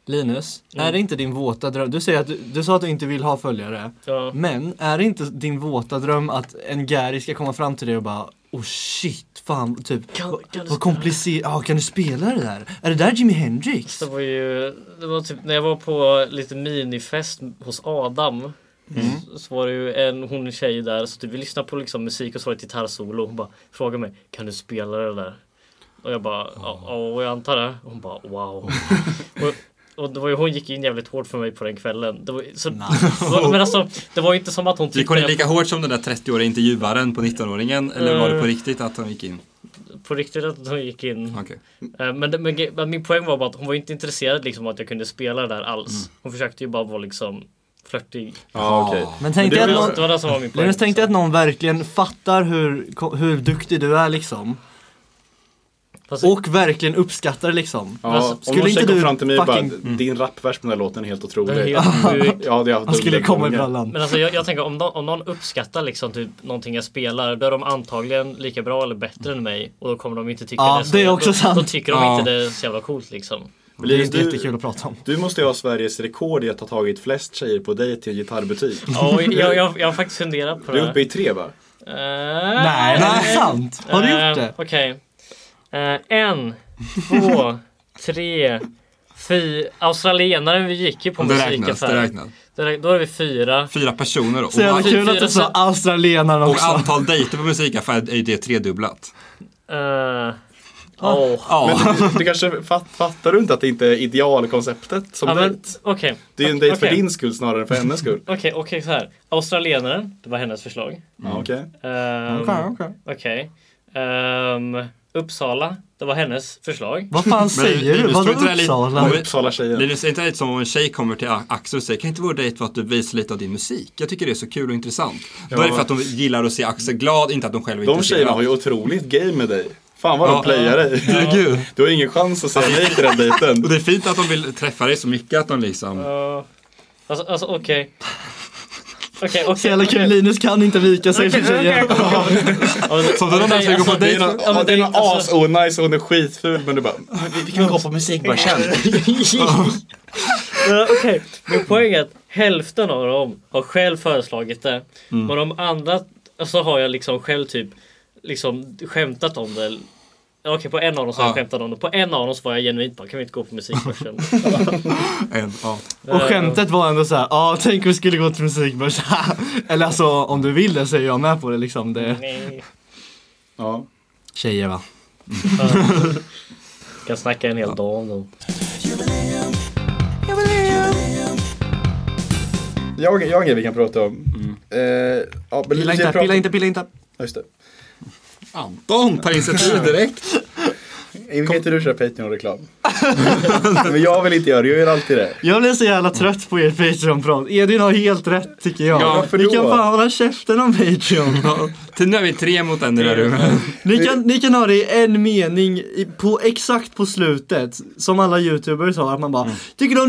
Linus,
Mm.
är det inte din våta dröm? Du säger att du, du sa att du inte vill ha följare.
Ja.
Men är det inte din våta dröm att en Gary ska komma fram till dig och bara Oh shit, fan, typ
Kan-
vad-
kan du
vad komplicerat, ja kan du spela det där? Är det där Jimi Hendrix?
Det var ju, det var typ när jag var på lite minifest hos Adam. Så, så var det ju en hon tjej där så typ vi lyssnade på liksom musik och så var det ett gitarrsolo. Hon bara frågade mig, kan du spela det där? Och jag bara, ja, ja, jag antar det. Och hon bara, wow. och, och det var ju, hon gick in jävligt hårt för mig på den kvällen. Det var, ju- så, (laughs) men alltså, det var ju inte som att hon
Gick hon in
jag-
lika hårt som den där 30-åriga intervjuaren på 19-åringen? Eller var det
Eh.
på riktigt att han gick in?
på riktigt att hon gick in.
Okej.
Eh, Men, det- men, ge- men min poäng var bara att hon var ju inte intresserad liksom av att jag kunde spela det där alls. Hon försökte ju bara vara liksom flörtig.
Ja, okej.
Men tänk dig att någon,
Det var det som var min poäng. liksom.
Linus, tänk dig att någon verkligen fattar hur, ko- hur duktig du är liksom.
Fast-
Och verkligen uppskattar det liksom.
Ja,
Alltså,
om
skulle
någon
inte
tjej kom
du
fram till mig och
fucking-
bara, din rappvers på den här låten är helt
Den är
otrolig.
(laughs)
helt sjuk.
Ja, det
Han skulle komma i brallan.
Men alltså jag, jag tänker om, nå- om någon uppskattar liksom typ någonting jag spelar då är de antagligen lika bra eller bättre än mig och då kommer de inte tycka
Ja,
så-
det är också
då, Då
sant.
tycker de
Ja.
inte det är så jävla coolt
(laughs)
liksom.
Det är inte
du-
jättekul att prata om.
Du måste ju ha Sveriges rekord i att ha tagit flest tjejer på dig till en gitarrbutik.
Ja, och jag, jag, jag har faktiskt funderat på
Du
det.
är uppe i tre va?
Eh,
Nej, det är sant. Har du
Eh,
gjort det?
Okej. Eh, en, två, tre, fyra. Australienaren vi gick ju på
Det räknas, det
musikaffären.
räknas.
Det rä- Då är vi fyra.
Fyra personer då.
Så jävla
Och,
kul att du sa australienaren
och
också.
antal dejter på musikaffären är ju det tredubblat.
Eh, åh.
Ja,
Du kanske fat, fattar du inte att det inte är idealkonceptet som
Ja, men,
dejt?
Okej,
Det är ju en dejt för
Okej.
din skull snarare än för hennes skull.
okej, okej så här. Australienaren, det var hennes förslag.
Ja, okej.
Ehm,
Okej, okej.
Okej. Ehm, Uppsala, det var hennes förslag.
Vad fan säger du?
Linus,
Vadå
tror inte det är lite-
Uppsala?
Men-
Uppsala tjejer.
Linus, är inte det som om en tjej kommer till Axel och säger Kan inte vår dejt vara att du visar lite av din musik? Jag tycker det är så kul och intressant. Då är det för att de gillar att se Axel glad, inte att de själva är
De tjejerna har ju otroligt game med dig. Fan vad de
Ja.
playar dig.
Herregud.
Du har ingen chans att säga nej till den
Och
dejten.
det är fint att de vill träffa dig så mycket att de liksom...
Uh, alltså, alltså okej. Okej,
Så
okej. (laughs)
jävla kul, Linus kan inte vika sig för tjejer.
Som den där som
alltså,
går på dejt.
Ja, men det är något as onajs och hon är skitful men du bara
Vi kan gå på musikbörsen.
Eh, Okej, min poäng är att hälften av dem har själv föreslagit det. Men de andra så har jag liksom själv typ liksom skämtat om det. Ja, Okej, på en av dem så har jag
Ja.
skämtat om det. På en av dem så var jag genuint bara, kan vi inte gå på (laughs) musikbörsen?
En, ja.
Och skämtet var ändå såhär, ja ah, tänk om vi skulle gå till musikbörs. Eller alltså om du vill det så är jag med på det liksom. Det...
Nej.
Ja.
Tjejer va?
Kan snacka en hel dag om dem.
Jag har jag har en grej vi kan prata om. Eh, ja, men
Pilla
vi
inte,
pratar-
pilla inte, pilla inte.
Ja, Just det.
Anton tar initiativ direkt.
Kan inte du köra
(laughs)
Patreon-reklam? Men jag vill inte göra det, jag gör alltid det.
Jag blir så jävla trött på er Patreon-prat. Edvin har helt rätt tycker jag.
Ja, varför
ni
då?
kan fan hålla käften om Patreon.
Till nu är vi tre mot en i det här rummet.
Ni kan, ni kan ha det i en mening i, på, exakt på slutet. Som alla youtubers har. Att man bara
Mm.
Tycker du om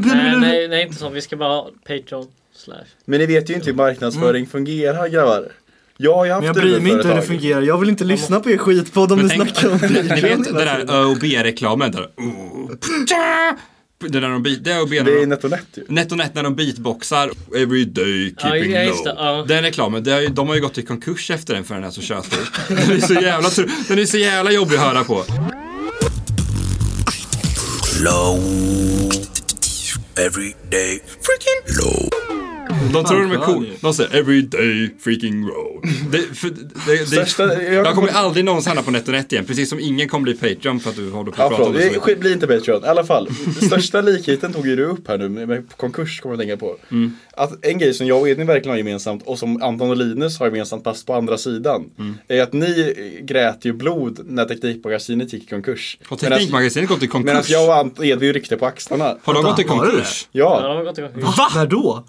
det?
Nej, nej, nej, inte så. Vi ska bara ha Patreon. Slash.
Men ni vet ju inte hur marknadsföring fungerar grabbar. Jag har ju haft
Mm. Men jag bryr mig inte hur det
hur
fungerar. Jag vill inte lyssna på er skitpodd om (laughs) ni
tänk-
snackar om
Ni
Patreon.
vet den där ÖoB-reklamen där.
(laughs)
Oh, tja! Det där de beat, det är ÖoB.
Det är
när de-
NetOnNet ju.
Net och net när de beatboxar Every day
Ja,
keeping
ja,
low.
just det, ja.
Den reklamen, det har ju, de har ju gått i konkurs efter den för den här som tjötar. Den är så jävla, tr- den är så jävla jobbig att höra på.
Every day
De tror de är
skön
cool.
ju.
De säger every day freaking road. Det, för, det, det,
Största- jag-
jag kommer aldrig någonsin hamna på NetOnNet igen. Precis som ingen kommer bli Patreon för att du håller på
Ja,
att prata om
förlåt.
det. så
Det
mycket.
sk- blir inte Patreon. I alla fall, största likheten tog ju du upp här nu med med konkurs kommer jag att tänka på.
Mm.
Att en grej som jag och Edvin verkligen har gemensamt och som Anton och Linus har gemensamt fast på andra sidan.
Mm.
Är att ni eh, grät ju blod när Teknikmagasinet gick i konkurs.
Och
Medan-
Teknikmagasinet gått i
Medan
konkurs.
jag och Ant- Edvin ryckte på axlarna.
Har de gått i konkurs?
Ja,
Ja,
de har gått igång.
Va? När då?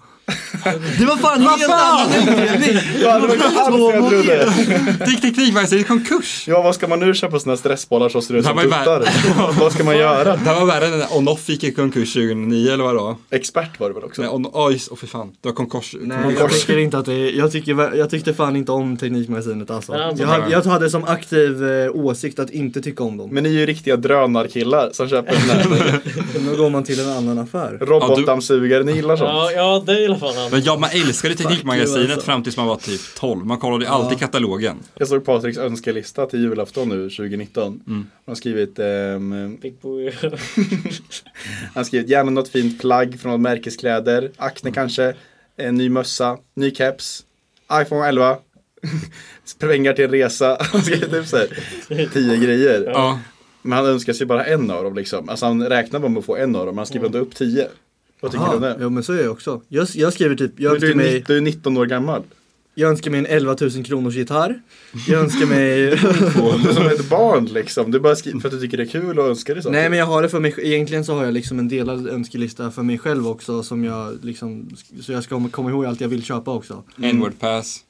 Det var fan helt annan (laughs) utredning.
Fan,
(laughs)
det var inte alls vad jag trodde.
Gick Teknikmagasinet i konkurs?
Ja, vad ska man nu köpa sådana stressbollar som ser ut
Det här
som
var ju vär-
tuttar? vad ska man göra?
Det här var värre än när Onoff gick i konkurs 2009 eller vad det var.
Expert var det väl också?
Nej, on, oj, åh fy fan. Det var konkurs.
Nej, jag tycker inte att det är, jag, tycker, ver- jag tyckte fan inte om Teknikmagasinet alltså.
Men alltså-
Jag, hade- jag hade som aktiv eh, åsikt att inte tycka om dem.
Men ni är ju riktiga drönarkillar som köper sådana här
Men då går man till en annan affär.
robotdammsugare. Ni gillar sånt.
Ja, ja, det är i alla fall han.
Men ja, man älskade
Fuck you,
Teknikmagasinet
alltså.
fram tills man var typ 12. Man kollade ju alltid katalogen.
Jag såg Patriks önskelista till julafton nu 2019. Han har skrivit, ehm,
Big Boo.
han har skrivit gärna något fint plagg från märkeskläder, Acne kanske, en ny mössa, ny caps, iPhone 11, (laughs) pengar till en resa. Han skrev typ såhär, tio grejer.
Ja.
Men han önskar sig bara en av dem liksom. Alltså han räknar bara med att få en av dem, men han
Mm.
skriver ändå upp tio. Vad tycker du om
Ja,
det?
jo men så är jag också. Jag, jag skriver typ, jag
Du
önskar,
är, ni-
mig,
du är 19 år
(laughs)
gammal.
jag önskar mig en 11 000 kronors gitarr. Jag
(laughs)
önskar mig...
Du är som ett barn liksom. Du bara skriver för att du tycker det är kul och önskar dig saker.
Nej men jag har det för mig, egentligen så har jag liksom en delad önskelista för mig själv också som jag liksom, så jag ska komma ihåg allt jag vill köpa också.
N-word pass.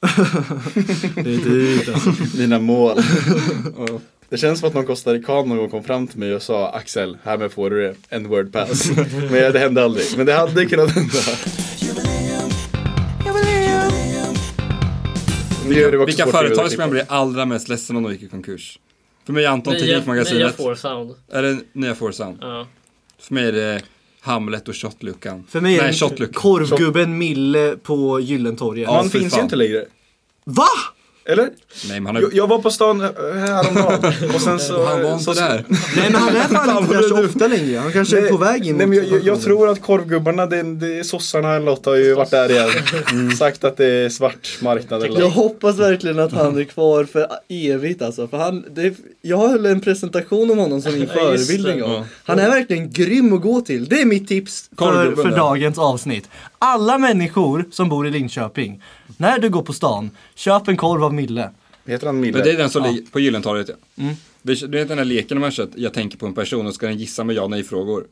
Det är dyrt alltså.
(laughs) Mina
(laughs)
mål. Det känns som att någon kostarikan någon gång kom fram till mig och sa Axel, härmed får du det. En word
(laughs)
pass. Men det hände aldrig. Men det hade kunnat hända. Det gör det också
Vilka
svårt att
företag som
klippa.
jag blir allra mest ledsen om de gick i konkurs? För mig är Anton
Nya, nya
Teknikmagasinet.
Four Sound.
Eller nya Forsan.
Ja.
För mig är det Hamlet och shotluckan.
För mig är
Nej,
det
shotluckan.
korvgubben Mille på Gyllentorget.
Ja,
Han
fy
finns
fan.
ju inte längre.
Va?
Eller?
Nej, men han,
Jag,
är,
jag var på stan eh, häromdagen och
(laughs)
sen så...
eh,
han var
så,
inte där.
Nej men han (laughs) är fan inte där så ofta längre. Han kanske är på väg in
Eh, Nej, men
mot
jag, jag, jag
pensionen.
tror att korvgubbarna, det, det är sossarna eller något har ju varit där igen. Sagt att det är svart marknad eller
Mm. Jag
något.
hoppas verkligen att han är kvar för evigt alltså. För han, det, jag höll en presentation om honom som (laughs) min
Ja, just
förebild en
det.
gång. Han är verkligen grym att gå till. Det är mitt tips för,
Korvgubben,
för
ja.
dagens avsnitt. Alla människor som bor i Linköping, när du går på stan, köp en korv av Mille.
Heter han Mille?
Men det är den som ligger på Gyllentorget ja.
Mm.
Du du vet den där leken de har kört, jag tänker på en person och ska den gissa med ja och nej-frågor.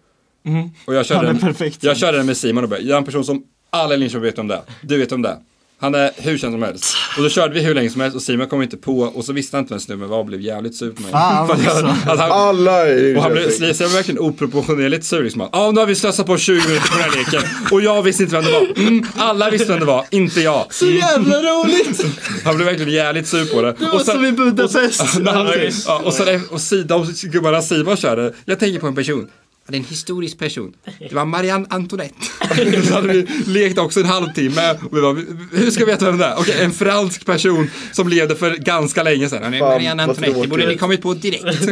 Och jag körde,
Han Mm. är
den,
perfekt.
jag körde den med Simon och bara, jag är en person som alla i Linköping vet om det Du vet om det Han är hur känd som helst. Och då körde vi hur länge som helst och Simon kom inte på och så visste han inte vem snubben var och blev jävligt sur på mig. (laughs)
Fan,
För att jag- att han-
Alla är i
och han blev
Linköping.
Lisa var verkligen oproportionerligt sur liksom. Ja, nu har vi slösat på 20 minuter på den här leken. Och jag visste inte vem det var. Mm, alla visste vem det var, inte jag.
Så jävla roligt! (laughs)
Han blev verkligen jävligt sur på det.
Det var
Och sen-
som i Budapest.
när han,
Ja, visst.
ja, och sen och Sida och gubbarna Simon körde. Jag tänker på en person. Ja, Det är en historisk person. Det var Marianne
(laughs)
Antoinette. Så hade vi lekt också en halvtimme. Och vi bara, hur ska vi veta vem det är? Okej, en fransk person som levde för ganska länge sedan. Han är
Fan,
Marianne
vad
Antoinette, det borde ni
tråkigt.
kommit
(laughs)
på direkt.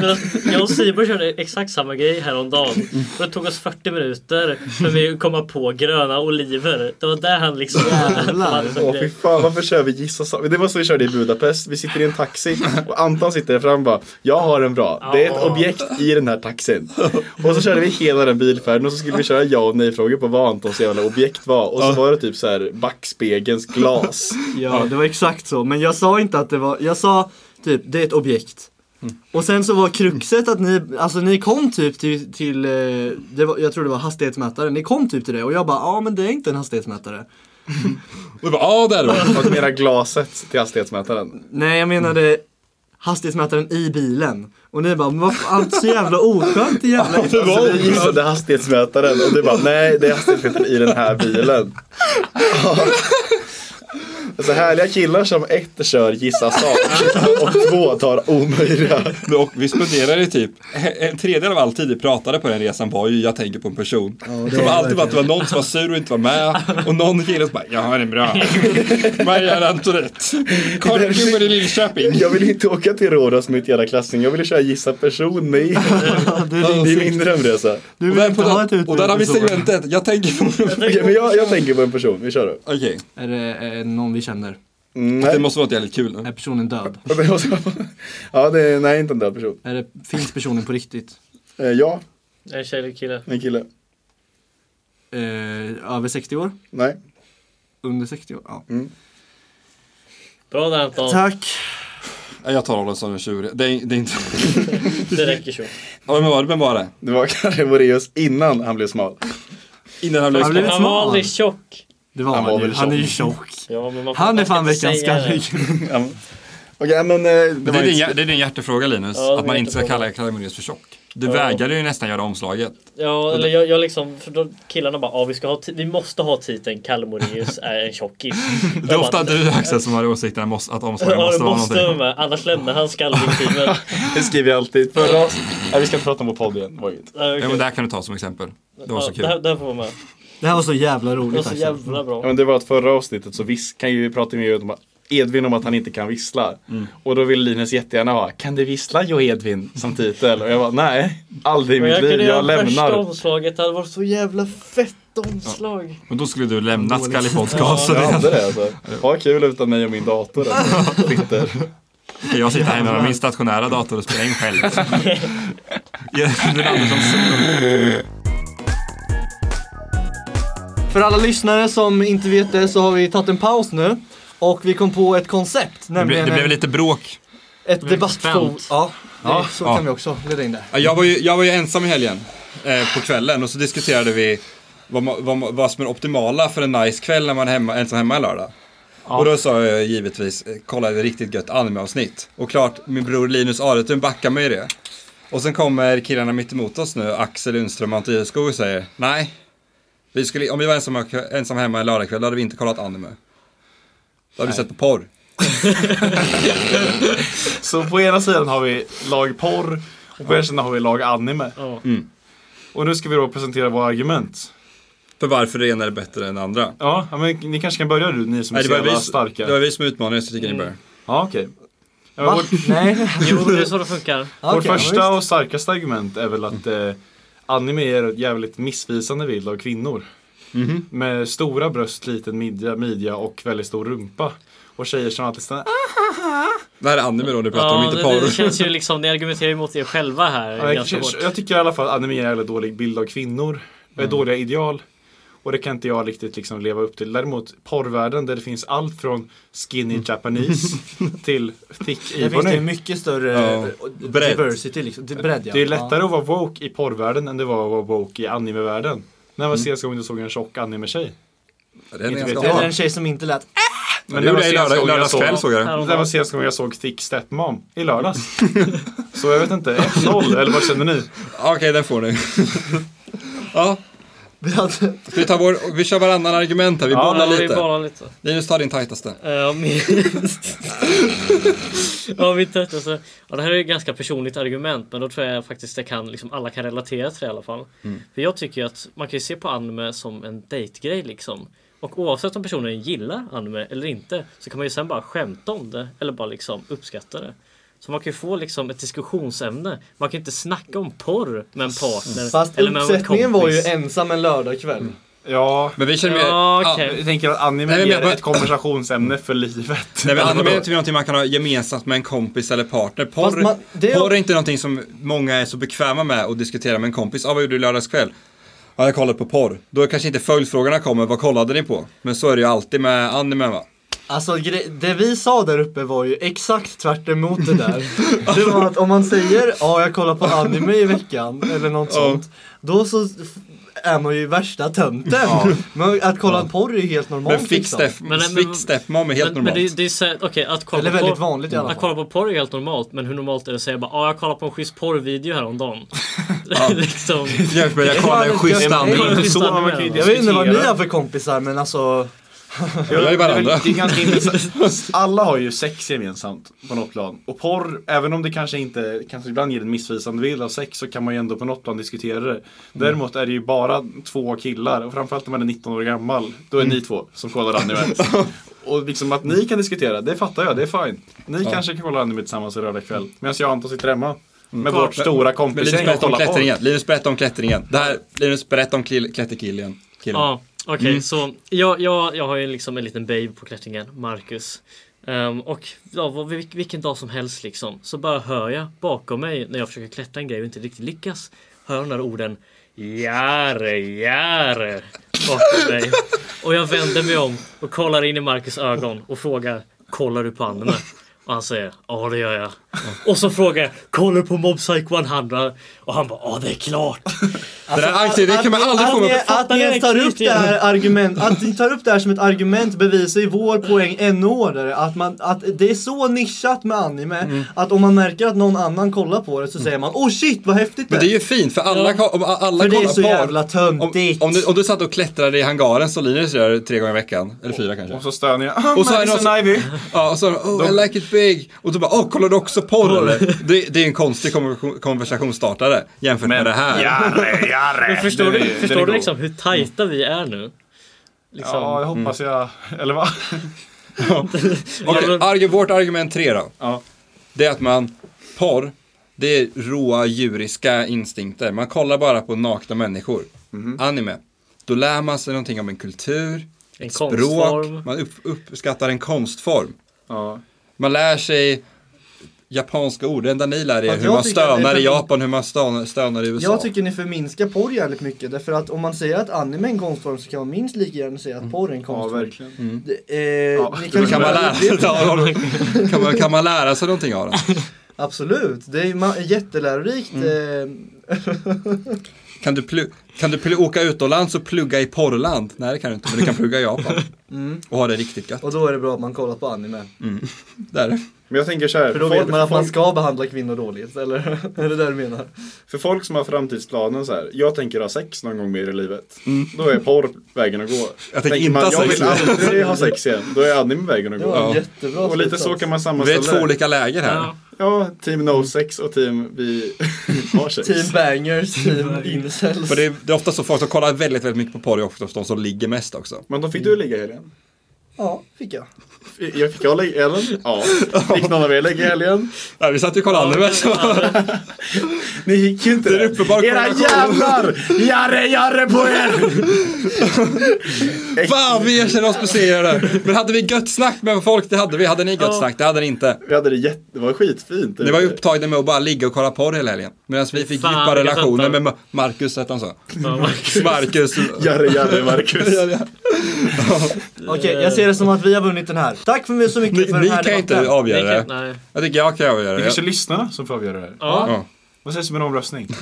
Men jag och Simon körde exakt samma grej häromdagen. Och det tog oss 40 minuter för vi att komma på gröna oliver. Det var där han liksom...
Jävlar.
Åh fy fan, varför kör vi gissa sa- Det var så vi körde i Budapest. Vi sitter i en taxi och Anton sitter där fram och bara Jag har en bra. Det är ett
Ja.
objekt i den här taxin. Och så körde vi hela den bilfärden och så skulle vi köra ja och nej-frågor på vad Antons jävla objekt var. Och så var det typ så här backspegelns glas.
Ja, det var exakt så. Men jag sa inte att det var, jag sa typ, det är ett objekt.
Mm.
Och sen så var kruxet att ni, alltså ni kom typ till, till eh, det var, jag tror det var hastighetsmätare, ni kom typ till det och jag bara, ja men det är inte en hastighetsmätare.
Och bara, ja där var det.
Och mera glaset till hastighetsmätaren.
Nej jag
Mm.
menade hastighetsmätaren i bilen. Och ni bara, men vad fan, så jävla oskönt det liksom, jävla
Det var
Vi gissade hastighetsmätaren och du bara nej det är hastighetsmätaren i den här bilen. Ja. Så härliga killar som ett kör gissa saker och två tar omöjliga.
Och vi spenderade typ, en tredjedel av all tid vi pratade på den resan var ju jag tänker på en person.
det
som
är
alltid var att det var någon som var sur och inte var med. Och någon kille som bara, jag har en
(laughs)
bra. Marianne Antoinette. Korvgubben i Linköping.
Jag vill inte åka till Rhodos med mitt jävla klassning. Jag vill köra gissa person med i. Det är min drömresa.
Du
Och
vill
där,
inte
på
ha ett Alltså,
den, och där har vi
utrymme så.
segmentet, jag tänker på...
(laughs)
Okej, men jag, jag tänker på en person. Vi kör då.
Okej,
Är det eh, någon vi känner?
det
Nej.
måste vara något jävligt kul nu.
Är personen död?
Ja, det är, nej, inte en död person.
Är det, finns personen på riktigt?
Eh, Ja,
Är det en tjej eller kille?
en kille.
Eh, över 60 år?
Nej.
Under 60 år? Ja.
Mm.
Bra där Anton,
Tack!
Nej, Jag tar honom som en tjurig. Det är, det är inte... (laughs)
det räcker så.
Ja, men var det, men var det?
Det var (laughs) Kalle Moraeus innan han blev smal.
Innan han blev
Han blev-
smal.
Han var
smal.
aldrig tjock.
Det var
Han
han,
var
ju,
väl
han är ju
tjock.
tjock.
Ja, men man får-
Han är
man ska
fan
inte
veckans
säga det.
skallig.
Ja, men- Okej, men eh, det
Det
var
är, din,
inte...
hjär- det är din hjärtefråga Linus,
Ja, det är
att man inte ska
hjärtefråga.
kalla Kalimedes för tjock. Du vägrade ju nästan göra omslaget.
Ja, eller jag, jag liksom, för då killarna bara, ah, vi, ska ha ti- vi måste ha titeln Kalle Moraeus är en tjockis. Jag
Det är
bara,
ofta du Axel som har åsikten att måste- att omslaget
Ja,
måste
det
vara
måste
någonting.
de med, annars lämnar han skallviktimen.
Det skriver jag alltid. Förra... Nej, vi ska inte prata om vår podd igen. Det var inget.
Ja,
Ja men det här kan du ta som exempel. Det var så
Det här,
kul.
det här får vara med.
Det här var så jävla
Det var
roligt alltså.
så
Axel.
jävla
Ja,
bra.
men det var att förra avsnittet så vis- kan ju vi prata med Edvin om- Edvin om att han inte kan vissla. Och då vill Linus jättegärna ha Kan du vissla Jo Edvin som titel? Och jag bara nej, aldrig i
Men
mitt
jag
liv,
kunde göra
jag
värsta
lämnar.
omslaget, det hade varit så jävla fett omslag.
Men då skulle du lämna Skallipodcasten.
Jag hade det alltså. Ha kul utan mig och min dator. Alltså. Twitter.
Jag sitter hemma med min stationära dator och spelar in
(laughs)
själv. Edvin Andersson.
För alla lyssnare som inte vet det så har vi tagit en paus nu. Och vi kom på ett koncept,
Det blev,
nämligen
det blev
en-
lite bråk.
ett debattforum.
spänt.
Ja, det, så kan vi också leda in det.
Ja, Jag var ju, jag var ju ensam i helgen eh, på kvällen och så diskuterade vi vad, ma- vad, ma- vad som är optimala för en nice kväll när man är hemma, ensam hemma en lördag. Och då sa jag givetvis, eh, kolla ett riktigt gött animeavsnitt. Och klart, min bror Linus Aretun backar mig i det. Och sen kommer killarna mitt emot oss nu, Axel Lundström och Antti Skog och säger, nej, vi skulle, om vi var ensamma, ensam hemma en lördagkväll då hade vi inte kollat anime. Då hade vi sett på porr.
Så på ena sidan har vi lag porr och på andra sidan har vi lag anime.
Ja.
Mm. Och nu ska vi då presentera våra argument.
För varför det ena är bättre än det andra.
Ja, ja, men ni kanske kan börja du, ni som är
Nej,
så
det, var
jävla
vi,
starka. Mm.
det var vi som utmanade så jag tycker ni börjar.
Ja, okej. Ja,
Va?
vårt-
Nej.
Jo, det är så det funkar.
Okej,
Vårt första
ja, visst.
och starkaste argument är väl att eh, anime är ett jävligt missvisande bild av kvinnor.
Mhm.
Med stora bröst, liten midja, midja och väldigt stor rumpa. Och tjejer som alltid stannar ah,
Det här är anime då, du pratar om, inte
det,
porr.
det känns ju liksom, ni argumenterar ju mot er själva här
jag,
ganska
jag,
hårt.
jag tycker i alla fall att anime är en jävligt dålig bild av kvinnor. Mm. Dåliga ideal. Och det kan inte jag riktigt liksom leva upp till. Däremot porrvärlden där det finns allt från skinny
(laughs)
Japanese till thick
Mm. Där finns det ju
ebony.
mycket större
Ja.
eh,
Bredd.
diversity liksom. Det är bredd ja.
Det är lättare att vara woke i porrvärlden än det var att vara woke i animevärlden. När
Mm.
var senaste gången du såg en tjock anime-tjej?
Det är en
Inte
ganska
vet
Ja.
jag.
bra.
Eller en tjej som inte lät. (laughs)
Men
det
var
gjorde jag i
senaste
lördag,
gången jag
lördags kväll såg jag den.
Det där var senaste gången jag såg Thick Stepmom i
(laughs)
lördags. Så jag vet inte, 1-0 eller vad känner ni?
Ja, Okej, den får ni. (laughs) ja,
Vi hade-
ska vi, ta vår, vi kör varannan argument här, vi
Ja,
bollar
Ja, vi
lite.
bollar lite.
Linus, ta din tajtaste.
Ja, (laughs) min... ja, min tröttaste. Ja, det här är ju ett ganska personligt argument men då tror jag faktiskt det kan, liksom, alla kan relatera till det i alla fall.
Mm.
För jag tycker ju att man kan ju se på anime som en dejtgrej liksom. Och oavsett om personen gillar anime eller inte så kan man ju sen bara skämta om det eller bara liksom uppskatta det. Så man kan ju få liksom ett diskussionsämne. Man kan ju inte snacka om porr med en partner
Fast
eller med en
uppsättningen var ju
kompis.
ensam en lördagkväll.
Ja,
Men vi känner
Ja,
mer-
okej.
ja,
jag tänker att anime
Nej, men jag
är
bara-
ett konversationsämne för livet.
Nej men anime är inte någonting man kan ha gemensamt med en kompis eller partner. Porr,
Fast man- det är-
porr är inte någonting som många är så bekväma med att diskutera med en kompis. Ah, vad gjorde du i lördags kväll? Ja, jag kollade på porr. Då kanske inte följdfrågorna kommer, vad kollade ni på? Men så är det ju alltid med anime va?
Alltså gre- det vi sa där uppe var ju exakt tvärt emot
(laughs)
det där. Det var att om man säger ja jag kollar på anime i veckan eller något sånt. Då så f- är man ju värsta tönten. Men att kolla porr är ju helt normalt. liksom.
Men fick step,
Men- men-
fick stepmom är helt
men,
normalt.
Men det, det är så här, okej, att kolla
Eller
på
väldigt
porr-
vanligt i alla
Att
fall.
kolla på porr är helt normalt, men hur normalt är det att säga bara ah, jag kollar på en schysst porrvideo häromdagen. (laughs) liksom.
Jämfört med jag kollar en schysst
Det är
anime.
fan
inte så
man kan
Jag vet inte vad ni har för kompisar men alltså.
Jag är varandra.
Det är ganska intressant. (laughs) Alla har ju sex gemensamt på något plan. Och porr, även om det kanske inte, kanske ibland ger en missvisande bild av sex så kan man ju ändå på något plan diskutera
Mm.
det. Däremot är det ju bara två killar och framförallt när man är 19 år gammal, då är ni
Mm.
två som kollar anime.
(laughs)
Och liksom att ni kan diskutera, det fattar jag, det är fine. Ni kanske kan kolla anime tillsammans i lördag kväll. Medan jag och Anton sitter hemma. Med vårt stora
Mm. Men Linus
kompisgäng och
berätta om
kollar porr.
klättringen. Linus berätta om klättringen. Det här, Linus berätta om kill- klätterkillen. Killen.
Ja, okej. Så jag, jag, jag har ju liksom en liten babe på klättringen, Marcus. Ehm, och ja, vad- vil- vilken dag som helst liksom så bara hör jag bakom mig när jag försöker klättra en grej och inte riktigt lyckas. Hör de där orden Järe, järe bakom mig. Och jag vänder mig om och kollar in i Marcus ögon och frågar Kollar du på anime? Och han säger Ja det gör jag. Och så frågar jag Kollar du på Mob Psycho 100? Och han bara Ja det är klart.
det där
Alltså,
aktivt, det kan man aldrig få
Att ni,
med.
att ni ens tar upp det här argument, att ni tar upp det här som ett argument bevisar ju vår poäng ännu hårdare. Att, man, att det är så nischat med anime
Mm.
att om man märker att någon annan kollar på det så säger man åh oh shit vad häftigt det
Men det är ju fint för alla, ko- om alla
För det är
kollar
så
par-
jävla
Om,
töntigt.
om, du, om du satt och klättrade i hangaren som Linus gör tre gånger i veckan, eller fyra kanske.
Och så stönar jag, ah,
Och så är det
Madison
någon- (laughs)
Ivy.
Ja, och så oh, I like it big. Och då bara, åh, kollar du också porr eller? Det, det är en konstig konversation- konversationsstartare jämfört med det här.
Jarre, jarre.
Men förstår
Den är-
du,
den är
förstår du
god.
liksom hur tajta vi är nu? Liksom,
Ja, jag hoppas
Mm.
jag, eller vad? (laughs)
Okej,
men-
argu- vårt argument tre då.
Ja.
Det är att man, porr, det är råa djuriska instinkter. Man kollar bara på nakna människor.
Mhm.
Anime. Då lär man sig någonting om en kultur,
en
språk,
konstform.
man upp, uppskattar en konstform.
Ja.
Man lär sig japanska ord, det enda ni lär er
Fast
är hur
jag
man
tycker att det är
stönar i
för-
Japan, hur man stönar, stönar i USA.
Jag tycker ni förminskar porr jävligt mycket därför att om man säger att anime är en konstform så kan man minst lika gärna säga att porr är en
Ja,
konstform.
verkligen.
Det- eh, ni
Då kan,
ju- (laughs)
man lära sig, (laughs) kan, man, kan man lära sig någonting av den?
Absolut, det är ju ma- jättelärorikt. eh,
Kan du, plu, kan du plu, åka utomlands och plugga i porrland? Nej, det kan du inte, men du kan plugga i Japan. Och ha det riktigt gött.
Och då är det bra att man kollar på anime.
Där.
Men jag tänker så här,
För då
folk,
vet man att man
folk,
ska behandla kvinnor dåligt, eller? (laughs) är det det du menar?
för folk som har framtidsplanen så här, jag tänker ha sex någon gång mer i livet.
Mm.
Då är porr vägen att gå.
Jag tänker inte ha
man, jag
sex
vill
igen."
aldrig ha sex igen, då är anime vägen att
Det
gå.
var en
Ja.
jättebra
Och lite så
slutsats.
kan man
Vi är
sammanställa
två
det.
olika läger här.
Ja.
Ja, team no sex och team vi (laughs) har sex.
Team bangers, team incels.
För det är, det är ofta så folk som kollar väldigt, väldigt mycket på porr är oftast de som ligger mest också.
Men då fick du ligga i helgen.
Ja, fick jag.
Jag fick jag ligga i helgen? Ja. Fick någon av er ligga i helgen?
Nej, vi satt ju och kollade anime. så-
Ni gick ju inte
Det är uppenbar
Era
korrelation.
jävlar! Jarre, jarre på er!
Fan, vi erkänner oss besegrade. Men hade vi gött snack med folk? Det hade vi. Hade ni gött snack? Det hade ni inte.
Vi hade det jätte, det var skitfint.
Ni var ju upptagna med att bara ligga och kolla porr hela helgen. Medan vi fick
Fan,
djupa
vilka
relationer
tuttar.
med Ma- Marcus, hette han så?
(laughs) Ja.
Marcus. (laughs)
Jarre, jarre, Marcus.
Okej, jag ser det som att vi har vunnit den här. Tack för mig så mycket
Ni,
för
ni
den här
kan inte avgöra
Vilket,
det.
nej.
Jag tycker jag kan avgöra
Det kanske
det.
är lyssnarna som får avgöra det här.
Ja.
Ja.
Vad sägs om en omröstning?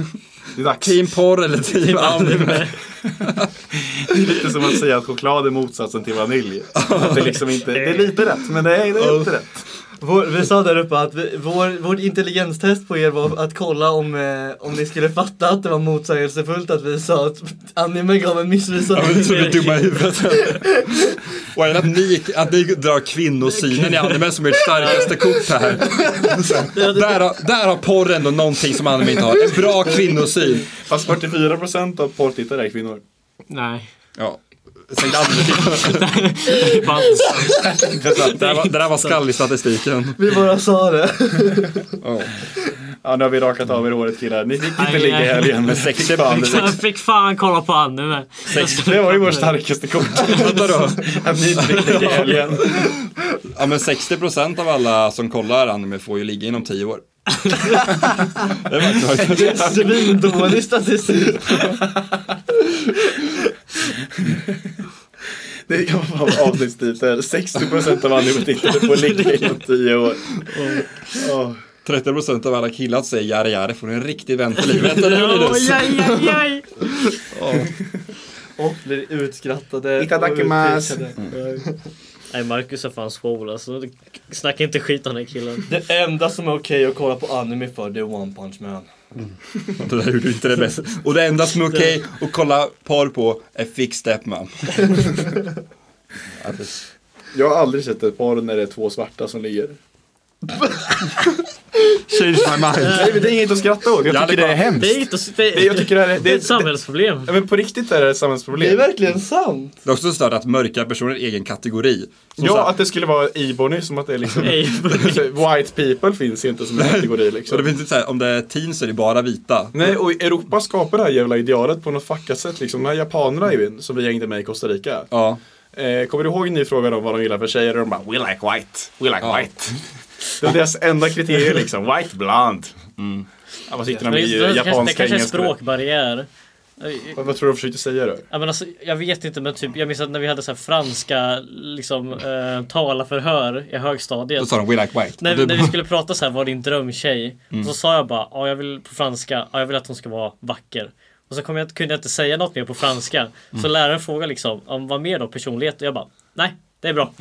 Det är (laughs) dags.
Team porr (laughs) eller team anime?
Lite Typ som att säga att choklad är motsatsen till vanilj. Att det, liksom inte, det är lite rätt, men det är, det är inte rätt.
Vår, vi sa där uppe att vi, vår, vårt intelligenstest på er var att kolla om, eh, om ni skulle fatta att det var motsägelsefullt att vi sa att anime gav en missvisande
Jag tror vi är dumma i huvudet. Och även att ni, att ni drar kvinnosynen i anime som är ert starkaste kort här. Där har, där har porr ändå någonting som anime inte har. En bra kvinnosyn.
Fast 44% av porrtittare är kvinnor.
Nej.
Ja. Sen aldrig- Det där var, det där var skall i statistiken.
Vi bara sa det.
Ja.
Ja, nu har vi rakat av er håret killar. Ni fick inte
Aj,
ligga i
aj.
helgen. Men sex är fan
Jag fick fan kolla på anime.
Det var ju vår starkaste kort.
Vänta då.
Att ni inte fick ligga i helgen.
Ja men 60% av alla som kollar anime får ju ligga inom 10 år. Det var
Det är Svindålig statistik.
Det kan vara fan avsnittstitel. 60% av animetitlar får ligga inom 10 år. Åh.
30% av alla killar säger Jare Jare får en riktig vän för livet. Eller hur Linus?
Och blir utskrattade.
Itadakimasu.
och utpekade.
Nej Marcus är fan swole alltså. Snacka inte skit om den här killen.
Det enda som är okej att kolla på anime för det är One Punch Man.
Det där gjorde inte det bästa. Och det enda som är okej att kolla par på är Fix Step Mom.
Jag har aldrig sett ett par när det är två svarta som ligger.
Change my mind.
Nej, men det är inget att skratta åt.
Ja,
Jag
det
tycker det är
är klart.
hemskt.
Det är inte det,
Det- Jag tycker det här är...
det är
Det,
ett samhällsproblem.
ja, men på riktigt är det ett
Det är
samhällsproblem.
verkligen sant.
Det är också stört att mörka personer är en egen kategori. Som så
Ja,
här-
att det skulle vara Ebony som att det är liksom...
Nej,
White people finns ju inte som en kategori
så det
liksom.
finns inte så här, om det är teens så är det bara vita.
Nej, och Europa skapar det här jävla idealet på något fuckat sätt liksom. De här japanerna ju, som vi hängde med i Costa Rica.
Ja.
Eh, kommer du ihåg ni frågade om vad de gillar för tjejer? Och de bara We like white, we like white. Det var deras enda kriterier liksom. White, blond.
Mm.
Ja, vad sitter de
Men
i?
just Det, det, kanske, det
Japanska,
kanske är
engelska?
språkbarriär.
Vad, vad tror du de försökte säga då?
Ja, men alltså, jag vet inte men typ, jag minns att när vi hade så här franska liksom, eh, talaförhör i högstadiet.
Då sa de We like white.
När,
Du-
när vi skulle prata så här, vad är din drömtjej?
Mm.
Och så sa jag bara, ja jag vill på franska, ja jag vill att hon ska vara vacker. Och så kom jag, kunde jag inte säga något mer på franska. Så
Mm.
läraren frågade liksom, om vad mer då personlighet? Och jag bara, nej. Det
(laughs)
är bra.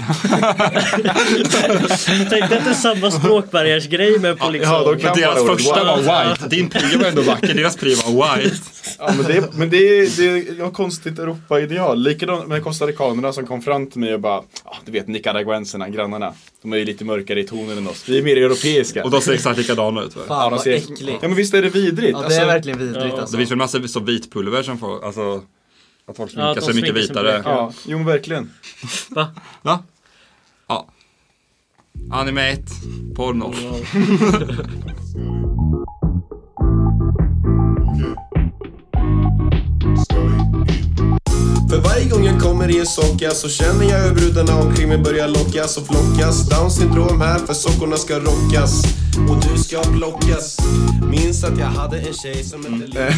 Tänkte att det är samma språkbarriärsgrej men på liksom...
ja, då kan-
Men (laughs) deras
Ordet
första var white. Din prio var ändå vacker, deras prio var white.
Ja, men det, men det, är- det är jag har konstigt Europa-ideal. Likadant med costaricanerna som kom fram till mig och bara, ah, du vet nicaraguenserna, grannarna. De är ju lite mörkare i tonen än oss. Vi är mer europeiska.
Och de ser exakt likadana ut. va?
Ja,
Fan
de
vad
ser-
äckligt.
Ja men visst är det vidrigt?
Ja det
Alltså,
är verkligen vidrigt
Ja.
alltså.
Det finns väl en massa så vitpulver som får, alltså att folk sminkar
att de
sig mycket
sminkar sig
vitare.
mycket.
Ja, jo men verkligen.
Va? Ja. Anime 1, porr 0.
För varje gång jag kommer i en socka så känner jag hur brudarna omkring mig börjar lockas och flockas. Down syndrom här för sockorna ska rockas och du ska plockas. Minns att jag hade en tjej som inte levde.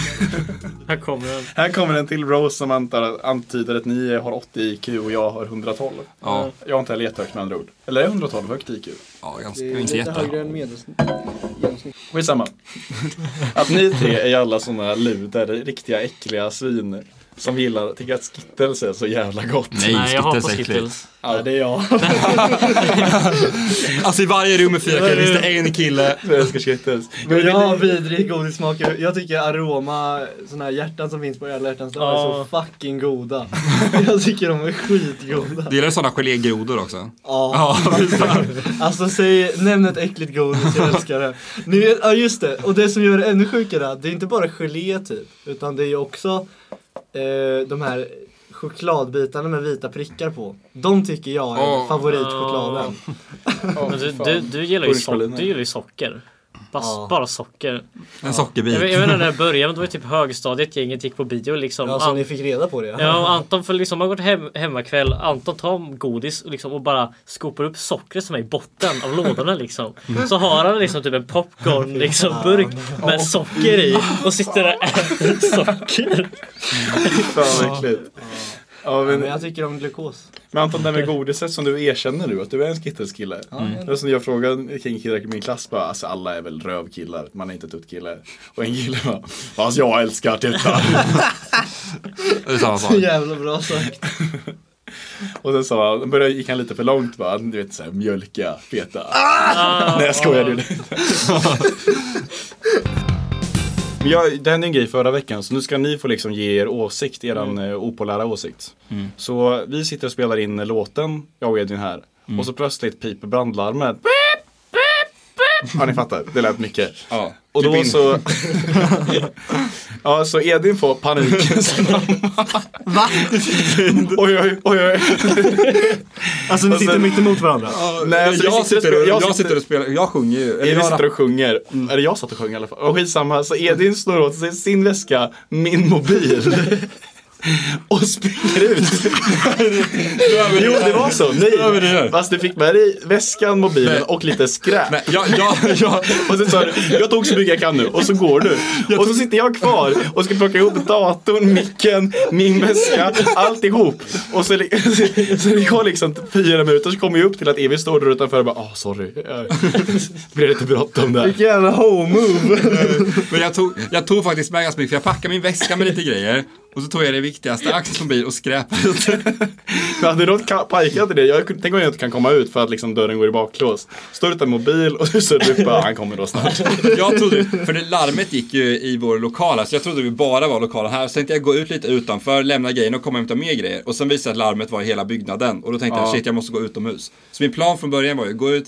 Här kommer den.
Här kommer en till Rose som antar, antyder att ni har 80 IQ och jag har 112.
Ja,
Jag har inte heller jättehögt med andra ord. Eller är 112 högt IQ?
ja ganska, inte jätte.
än medelsnitt.
(laughs) Skitsamma. Att ni tre är alla såna luder, riktiga äckliga svin som gillar, tycker att Skittles är så jävla gott.
Nej, jag har på
Skittles är äckligt.
Skittles.
Ja, det är jag. (laughs)
Alltså i varje rum med fyra killar finns
(laughs)
det en kille.
Jag älskar Skittles.
Men jag har vidrig godissmak. Jag jag tycker aroma, såna här hjärtan som finns på alla hjärtans dag är
Ja.
så fucking goda. (laughs) Jag tycker de är skitgoda.
Du gillar sådana gelégrodor också?
Ja,
(laughs) Ja, visst.
alltså säg, nämn ett äckligt godis, jag älskar det. Ni vet, ja just det, och det som gör det ännu sjukare, det är inte bara gelé typ, utan det är ju också eh, de här chokladbitarna med vita prickar på. De tycker jag är
Åh.
favoritchokladen.
Men du, du, du, gillar ju so- du gillar ju socker. Bara,
Ja.
bara socker.
En
Jag vet, jag
sockerbit.
vet när det här började, men det var ju typ högstadiet gänget gick på bio liksom. An-
Ja, så Alltså, ni fick reda på det.
Ja, och Anton får liksom, har gått hem, hemmakväll, Anton tar godis och liksom, och bara skopar upp sockret som är i botten av lådorna liksom. Så har han liksom typ en popcorn liksom, burk med socker i och sitter där och äter socker.
Fan äckligt. Ja,
Men
men,
jag tycker om glukos.
men Anton, det här med godiset som du erkänner nu att du är en Skittles-kille. Det var som jag frågade kring killar i min klass bara, alltså alla är väl rövkillar, man är inte tuttkille. Och en kille bara, fast jag älskar tuttar.
Det är samma sak.
Så jävla bra sagt.
Och sen sa han, då började, gick han lite för långt va, du vet såhär mjölkiga, feta. (laughs) Nej jag skojar du. Men jag, det hände en grej förra veckan så nu ska ni få liksom ge er åsikt, er mm. opolära åsikt. Så vi sitter och spelar in eh, låten, jag och Edvin här. Och så plötsligt piper brandlarmet. Ja ni fattar, det lät mycket.
Ja.
Och då så... (laughs) ja så Edvin får (laughs) panik.
Va?
oj oj oj oj.
Alltså ni
sitter mitt
emot varandra?
Nej,
Nej,
alltså, vi sitter och
jag, sitter, och-
spe- jag
jag
sitter-
sitter och spelar, jag sjunger ju. Eller
Edvin
jag
sitter och sjunger.
Mm.
Eller jag satt
(laughs)
och sjöng i alla fall. Och skitsamma, så Edvin slår åt sig sin väska, min mobil. och springer ut. jo, det var så.
över det
Nej.
här.
Fast du fick med dig väskan, mobilen och lite skräp.
(laughs) Nej, ja, ja, ja.
Och sen sa du, jag tog så mycket jag kan nu och så går du. Och så sitter jag kvar och ska plocka ihop datorn, micken, min väska, alltihop. Och så, (laughs) så det går liksom fyra minuter så kommer jag upp till att Evi står där utanför och bara, ah sorry. (laughs) Jag- Blev lite bråttom där.
Jävla home move.
Men jag tog, jag tog faktiskt med ganska mycket, för jag packade min väska med lite grejer. Och så tog jag det viktigaste, Axels mobil och skräpade lite.
Men hade de ka- pajkat det, jag, kunde- tänk om jag inte kan komma ut för att liksom dörren går i baklås. Står utan mobil och så du bara, han kommer då snart.
Jag trodde, för det larmet gick ju i vår lokal här, så jag trodde vi bara var lokalen här. Så tänkte jag gå ut lite utanför, lämna grejerna och komma och hämta mer grejer. Och sen visade det sig att larmet var i hela byggnaden. Och då tänkte jag, shit jag måste gå utomhus. Så min plan från början var ju, gå ut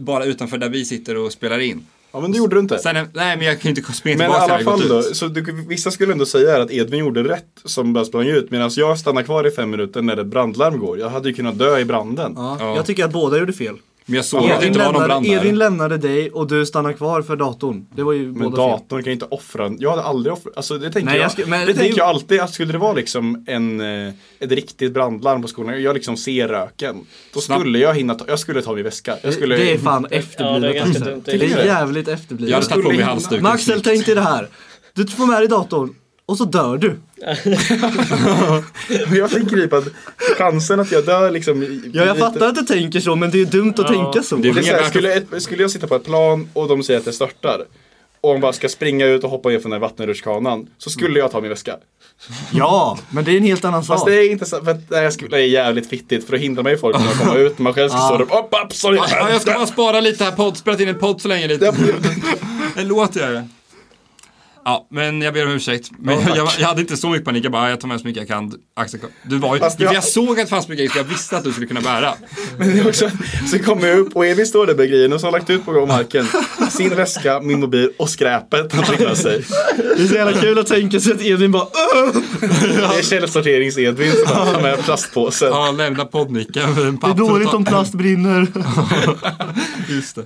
bara utanför där vi sitter och spelar in.
Ja men det gjorde du inte.
Sen, nej men jag kan ju inte springa
Men i
tillbaka
alla
när jag
fall
gått
då,
ut.
så du, vissa skulle ändå säga att Edvin gjorde rätt som bara sprang ut medan jag stannar kvar i fem minuter när ett brandlarm går. Jag hade ju kunnat dö i branden.
Ja.
Jag tycker att båda gjorde fel.
Men jag såg att det inte var någon brand
lämnade, Edvin
där.
lämnade dig och du stannar kvar för datorn. Det var ju
Men
båda fel.
datorn kan ju inte offra, en- jag hade aldrig offrat, alltså det tänker
Nej,
jag,
jag skulle- men
det
det är
tänker
ju-
jag alltid att skulle det vara liksom en, eh, ett riktigt brandlarm på skolan, jag liksom ser röken, då
Snabbt.
skulle jag hinna ta, jag skulle ta min väska. Jag skulle,
Det är fan
Ja, det är
efterblivet.
ganska
alltså.
dumt.
det är
det.
jävligt
Jag hade
efterblivet.
tagit på mig
skulle-
halsduken.
Men Axel, tänk dig det här. Du får med dig datorn och så dör du.
Men (laughs) jag tänker typ att chansen att jag dör liksom. i-
Ja, jag
lite-
fattar att du tänker så, men det är ju dumt att tänka så.
Det är
Det är så här,
mer värt att
skulle, ett, skulle jag sitta på ett plan och de säger att jag störtar och de bara ska springa ut och hoppa ner från den här vattenrutschkanan så skulle jag ta min väska.
Ja, men det är en helt annan
Fast
sak.
det är inte så, för att det här skulle, det är jävligt fittigt för att hindra mig folk från att komma ut. Man själv ska stå där och bara, "Upp, upp, sorry.
Ja, jag ska bara spara lite här podd, spelat in en podd så länge lite. En låt gör jag. Ja, men jag ber om ursäkt. Men jag, jag, hade inte så mycket panik, jag bara, jag tar med så mycket jag kan. Axel, kom. du var ju,
Fast
jag...
jag-
För jag såg att det fanns mycket grejer, så jag visste att du skulle kunna bära.
Men det är också, så kommer jag upp och Evin står där med grejerna som har lagt ut på marken. Sin väska, min mobil och skräpet han fick med sig.
Det är så jävla kul att tänka sig att Edvin bara "Åh!"
Det är källsorterings-Edvin som bara tar med plastpåsen.
Ja, lämna poddnicken för en
Det är
papp.
dåligt om plast brinner.
Just det.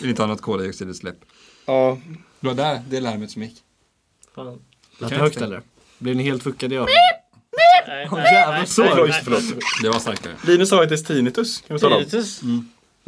Vill inte ha något koldioxidutsläpp.
Ja.
Det var där, det larmet som gick.
Fan.
Lät det högt eller? Blev ni helt fuckade i öronen?
Nej,
Åh,
nej,
jävlar,
nej,
så.
nej,
Oj,
nej.
förlåt.
Det var starkare.
Linus har ett dess tinnitus. Kan vi tala om?
Tinnitus?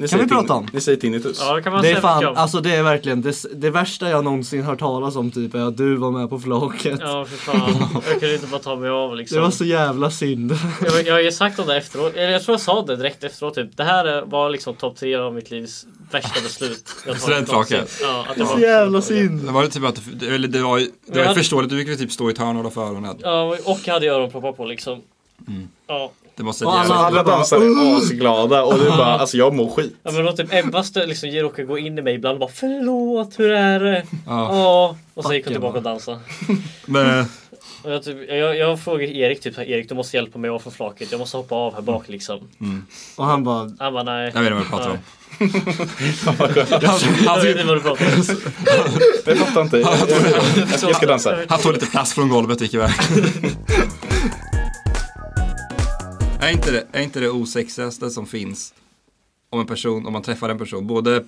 Ni säger
vi prata
tin-
om?
Ni säger tinnitus.
Ja, det kan man
Det
säga
är fan,
mycket om.
alltså det är verkligen det, det värsta jag någonsin hört talas om typ är att du var med på flaket.
Ja, för fan. Jag kunde inte bara ta mig av liksom.
Det var så jävla synd.
Jag, jag har ju sagt om det efteråt, eller jag tror jag sa det direkt efteråt typ. Det här eh, var liksom topp tre av mitt livs värsta beslut. jag tagit
Studentflake.
någonsin. Ja, att det
Så
var
jävla synd.
Det var ju typ att, du- eller det var ju, det var
Jag
ju
hade-
förståeligt, du fick ju typ stå i ett hörn och hålla för öronen.
Ja, och jag hade ju öronproppar på liksom. Ja.
Det måste
Och
jävla-
Så alla dansare är
Uh.
asglada och du bara, alltså jag mår
(laughs)
skit.
ja, men då typ Ebba stö- liksom råkade gå in i mig ibland och bara Förlåt, hur är det?
Ja.
Ja. Och sen gick hon
Fuck,
tillbaka
Ebba.
och dansade.
Men,
Och jag, typ, jag, jag frågade Erik typ så här, Erik du måste hjälpa mig av från flaket. Jag måste hoppa av här bak liksom.
Och han bara,
Han bara nej.
jag vet inte vad du pratar om. Alltså-
Jag
Han-
vet inte vad du pratar om.
Det fattar inte jag. Jag, jag, jag ska dansa.
Han tog lite plast från golvet och gick iväg. (laughs) är, inte det, är inte det osexigaste som finns om en person, om man träffar en person, både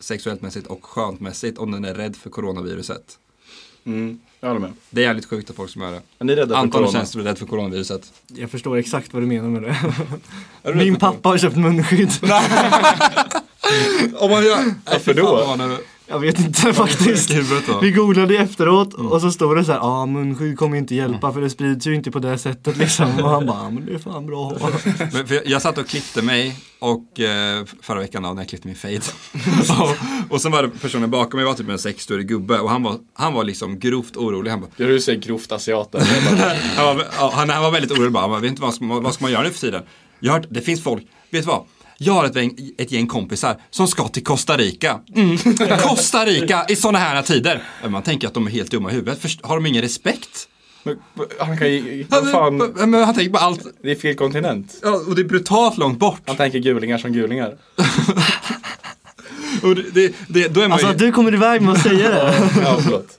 sexuellt mässigt och skönt mässigt, om den är rädd för coronaviruset?
Jag håller med.
Det är jävligt sjukt att folk som är det.
Är ni rädda för
Anton, hur
corona?
känns det att du är rädd för coronaviruset?
jag förstår exakt vad du menar med det.
Är du rädd
Min
för corona?
pappa har köpt munskydd.
Om man gör... Varför
då?
Jag vet inte faktiskt. Vi googlade ju efteråt och så stod det så här, ja ah, munskydd kommer inte hjälpa för det sprids ju inte på det sättet liksom. Och han bara, "Ja, men det är fan bra (laughs) att ha."
Men för jag, jag satt och klippte mig och eh, förra veckan då, när jag klippte
(laughs)
min fade. och, och sen var det personen bakom mig var typ en sexårig gubbe och han var, han var liksom grovt orolig. Han, bara,
Jag vill säga grovt asiater.
han, var, ja, han, han var väldigt orolig bara, han bara, vet inte vad ska, man- vad ska man göra nu för tiden? Jag har hört, det finns folk, vet du vad? Jag har ett, gäng- ett gäng kompisar som ska till Costa Rica. Mm. (laughs) Costa Rica i sådana här tider. Men Man tänker att de är helt dumma i huvudet. Först, har de ingen respekt?
Men, Han kan ju, vad fan,
Men han tänker på allt.
det är fel kontinent.
Ja, och det är brutalt långt bort.
Han tänker gulingar som
(laughs)
gulingar.
Och det, det, det, då är man
Alltså
ju...
att du kommer iväg med att säga det.
Ja, förlåt.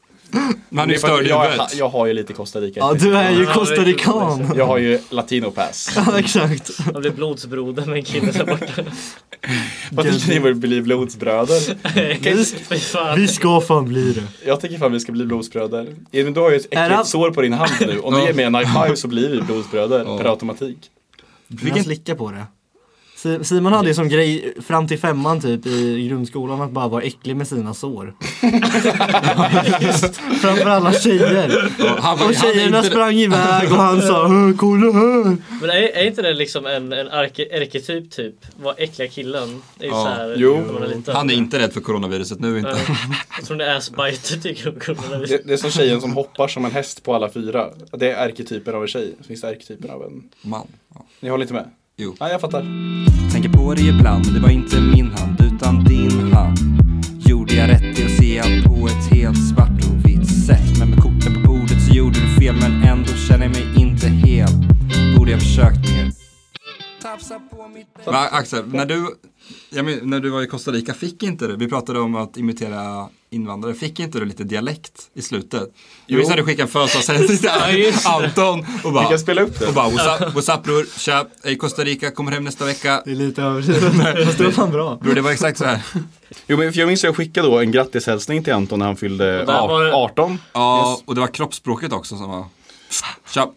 Man är
Det är för
störd
att
i
jag, jag,
huvudet.
jag har ju lite Costa Rica.
Ja, du är liksom. ju
Ja,
costarican.
Jag har ju latino-pass.
(laughs) Ja, exakt.
Han blev blodsbroder med en kille där borta.
(laughs)
Vad tycker ni om att bli blodsbröder?
Nej, Fy fan.
Vi ska fan bli det.
Jag tycker fan vi ska bli blodsbröder. Edvin, du har ju ett
Är han-
äckligt sår på din hand nu.
(laughs)
Om du ger mig en high five så blir vi blodsbröder per automatik.
Vilken... Han slickar på det. Si- Simon hade ju som grej fram till femman typ i grundskolan att bara vara äcklig med sina (laughs) sår. Framför alla tjejer.
Han var-
Och
han är
tjejerna
inte-
sprang iväg och han sa "Åh, kolla här.
Men är, är inte det liksom en, en arke, arketyp typ? Vad äckliga killen. Det är ju
Ja,
såhär.
jo.
när man är liten.
Han är inte rädd för coronaviruset nu inte.
Jag tror det är assbiter tycker de kunde.
Det, det är som tjejen som hoppar som en häst på alla fyra. Det är arketypen av en tjej. Så finns det arketypen av en...
Man.
Ni håller inte med?
Jo.
Nej, jag fattar.
Tänker på det ibland, men det var inte min hand utan din hand. Gjorde jag rätt i att se allt på ett helt svart och vitt sätt? Men med korten på bordet så gjorde du fel, men ändå känner jag mig inte hel. Borde jag försökt mer? Tafsa på mitt ben.
Men Axel, när du, jag men, när du var i Costa Rica, fick inte du, vi pratade om att imitera invandrare, fick inte du lite dialekt i slutet? Jag minns när du skickade en födelsedagshälsning till Anton och bara,
Vi kan spela upp det.
och bara "What's up- what's up bror, tja, jag är i Costa Rica, kommer hem nästa vecka.
Det är lite överdrivet. Fast det var fan bra.
Bror det var exakt så här.
Jo, men för jag minns att jag skickade då en grattishälsning till Anton när han fyllde
där var det-
18.
Ja, och det var kroppsspråket också som var, tja.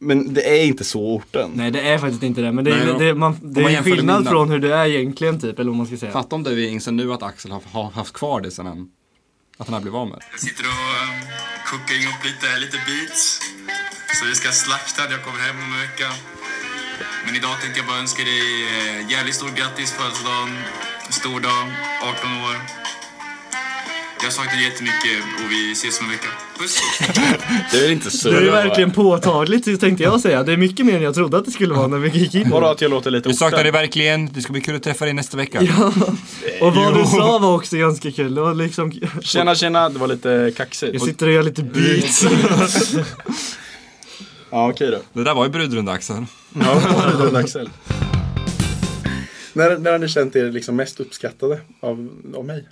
Men det är inte så orten.
Nej det är faktiskt inte det. Men det är,
Nej,
det,
om-
det, man, det
om man
är
jämför det
skillnad
med-
från hur det är egentligen typ. Eller vad man ska säga.
Fatta om du är yngst nu att Axel har, har haft kvar det sen han, att han har blivit av med det.
Sitter och eh, kokar ihop lite, lite beats. Så vi ska slakta, jag kommer hem om en vecka. Men idag tänkte jag bara önska dig eh, jävligt stort grattis födelsedagen. Stor dag, 18 år. Jag saknar dig jättemycket och vi ses om en vecka. Puss!
Det är väl inte så.
Det är ju verkligen påtagligt så tänkte jag säga. Det är mycket mer än jag trodde att det skulle vara när vi gick in.
Bara att jag låter lite
Vi saknar dig
orten.
verkligen, det ska bli kul att träffa dig nästa vecka.
Och vad du sa var också ganska kul. Det var liksom...
Tjena, tjena. Det var lite kaxigt.
Jag sitter och gör lite (laughs) beats.
Ja, okej då.
Det där var ju brudrunda Axel.
(laughs) Ja, Axel. När, när har ni känt er liksom mest uppskattade av, av mig?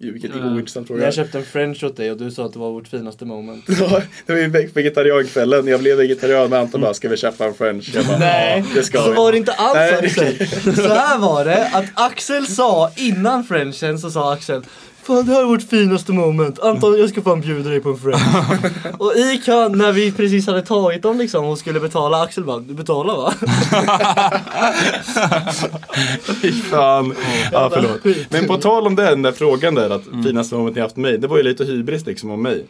Gud, vilken ointressant fråga.
köpte en french åt dig och du sa att det var vårt finaste moment.
Ja, det var ju ve- vegetariankvällen. Jag blev vegetarian med Anton bara, ska vi köpa en french? Jag bara,
Nej,
ja, det ska
så
vi.
var det inte alls
Nej,
Axel. Så här var det, att Axel sa innan frenchen så sa Axel Fan det här är vårt finaste moment, Anton jag ska fan bjuda dig på en
(laughs)
french. och i kön när vi precis hade tagit dem liksom och skulle betala, Axel bara du betalar va?
Fan. Ja, förlåt. Men på tal om det, den där frågan där att
Mm.
finaste momentet ni haft med mig. Det var ju lite hybris liksom om mig.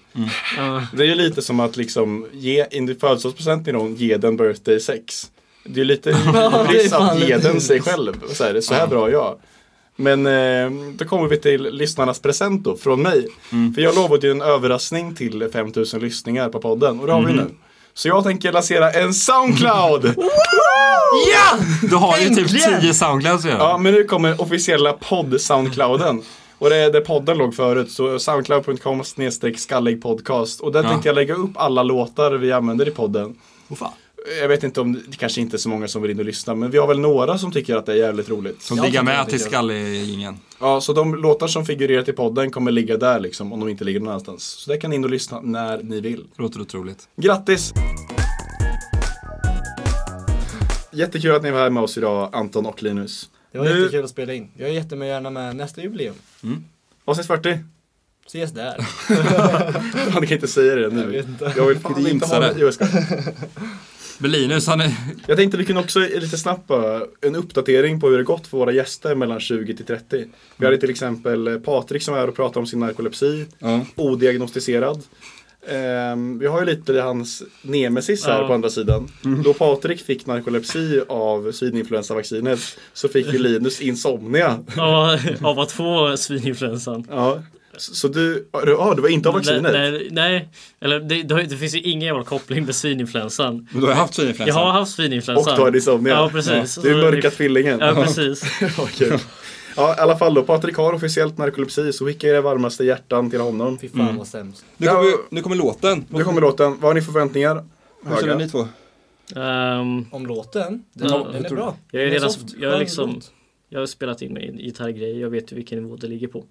Det är ju lite som att liksom ge in i födelsedagspresent till någon, ge den birthday sex. Det är ju lite
(laughs) Ja, det är
hybris
fan
att ge
lite
den sig själv. Så här, så här bra är jag. Men eh, då kommer vi till lyssnarnas present då från mig.
Mm.
För jag lovade ju en överraskning till 5000 lyssningar på podden och det har
Mm.
vi nu. Så jag tänker lansera en
(laughs)
Soundcloud!
Ja!
Du har ju typ
Äntligen!
10 soundclouds att göra.
Ja, men nu kommer officiella podd-soundclouden. Och det är där podden låg förut, så soundcloud.com skallig podcast. Och där
Ja.
tänkte jag lägga upp alla låtar vi använder i podden.
Åh, fan.
Jag vet inte om, det kanske inte är så många som vill in och lyssna, men vi har väl några som tycker att det är jävligt roligt.
Som diggar med till skallegingen.
Ja, så de låtar som figurerar i podden kommer ligga där liksom, om de inte ligger någon annanstans. Så där kan ni in och lyssna när ni vill.
Låter otroligt.
Grattis! Jättekul att ni var här med oss idag, Anton och Linus.
Det var
Nu-
jättekul att spela in. Jag är jättemegärna med nästa jubileum.
Avsnitt 40.
Ses där.
Fan, jag kan inte säga det nu. Jag,
vet inte.
vill fan inte ha
jinxa
det.
det.
Jo, jag, ska.
Men Linus, han är...
jag tänkte vi kunde också lite snabbt bara, en uppdatering på hur det gått för våra gäster mellan 20 till 30. Vi hade till exempel eh, Patrik som är här och pratar om sin narkolepsi, odiagnostiserad. Ehm, vi har ju lite hans nemesis här
Ja.
på andra sidan. Då Patrik fick narkolepsi av svininfluensavaccinet så fick ju Linus insomnia.
Ja, av att få svininfluensan.
Ja. Så så du, ja, du- ja, det var inte av vaccinet?
Nej, nej, nej. eller det, det, har ju- det finns ju ingen jävla koppling med svininfluensan.
Men du har ju haft
Jag
svininfluensa.
har haft
Och
svininfluensan.
du hade insomnia?
Ja, precis.
Ja. Du är mörka tvillingen.
Ja, precis. Ehm,
Ja, kul. Ja, i alla fall då. Patrik har officiellt narkolepsi, så skicka era varmaste hjärtan till honom.
Fy fan vad sämst.
Nu kommer, nu kommer låten.
Nu kommer låten. Vad har ni för förväntningar?
Hur känner ni
Höga.
två?
Ehm,
Om låten, den,
Ja,
den är bra.
jag är
Den
redan-
soft,
jag är
skön
liksom-
låt.
Jag har spelat in mig i gitarrgrejer, jag vet ju vilken nivå det ligger på.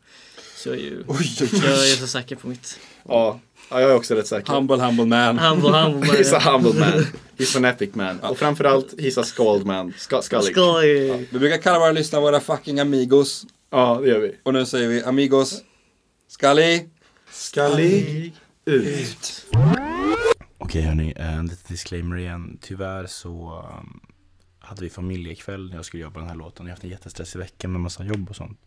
Så jag är ju
Oj, oj, oj.
jag är så säker på mitt.
Ja. ja, jag är också rätt (laughs) säker.
Humble, humble man.
Han var han
(laughs)
var
He's a
(laughs)
humble man. He's an epic man. Och framförallt, he's a skald man. Ska, skallig.
Ska ju...
Vi brukar kalla våra lyssnare våra fucking amigos.
Ja, det gör vi.
Och nu säger vi amigos, skallig.
Skallig ut.
Okej hörni, en liten disclaimer igen. Tyvärr så um, hade vi familjekväll när jag skulle jobba den här låten. Jag har haft en jättestressig vecka med massa jobb och sånt.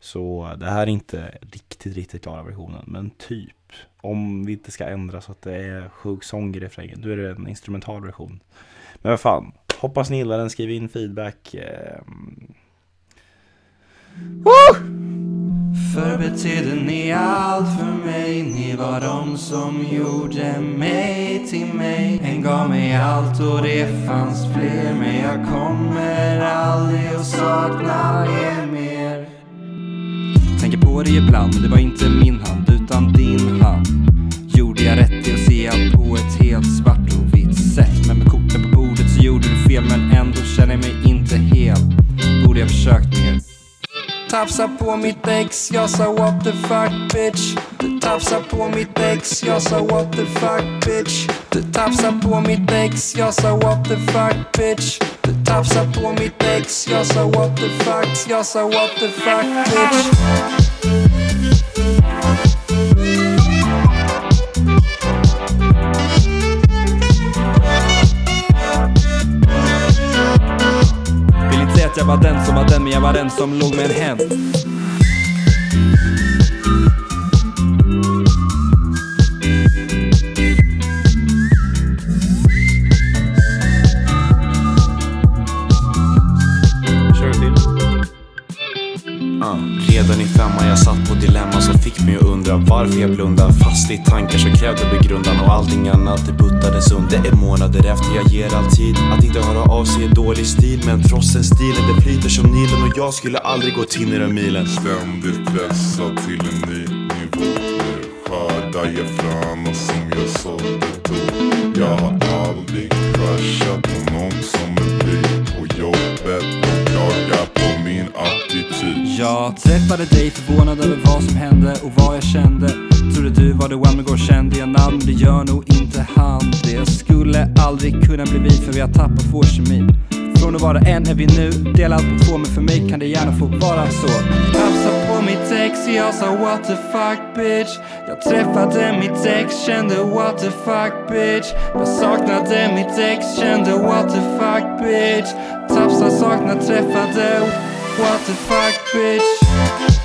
Så det här är inte riktigt, riktigt klara versionen. Men typ, om vi inte ska ändra så att det är sjung sång i refrängen, då är det en instrumental version. Men vad fan, hoppas ni gillar den, skriv in feedback. ehm.
För betydde ni allt för mig Ni var de som gjorde mig till mig En gav mig allt och det fanns fler Men jag kommer aldrig att sakna er mer Tänker på det ibland, men det var inte min hand utan din hand Gjorde jag rätt i att se allt på ett helt svart och vitt sätt Men med korten på bordet så gjorde du fel Men ändå känner jag mig inte hel Borde jag försökt mer Tafsa på mitt ex, jag sa what the fuck bitch Du tafsar på mitt ex, jag sa what the fuck bitch Du tafsar på mitt ex, jag sa what the fuck bitch Du tafsar på mitt ex, jag sa what the fuck Jag sa what the fuck bitch Vill inte säga att jag var den som var den men jag var den som låg med en hen
Ja, Redan i femman jag satt på dilemma som fick mig att undra varför jag blundar Fast i tankar som krävde begrundan och allting annat det buttades under Det är månader efter jag ger all tid Att inte höra av sig är dålig stil Men trossen stilen det flyter som Nilen och jag skulle aldrig gå till den milen
Ständigt pressa till en ny nivå Nu skördar jag fröna som jag sådde då Jag har aldrig crushat på någon som är vit Och jobbet och klagar på min attityd
Jag träffade dig förvånad över vad som hände och vad jag kände Trodde du var The One men går och kände jag namn men det gör nog inte han Det skulle aldrig kunna bli vi för vi har tappat vår kemi Från att vara en är vi nu delat på två men för mig kan det gärna få vara så Tafsa på mitt ex, jag sa what the fuck bitch Jag träffade mitt ex, kände what the fuck bitch Jag saknade mitt ex, kände what the fuck bitch Tafsa, sakna, träffade what the fuck bitch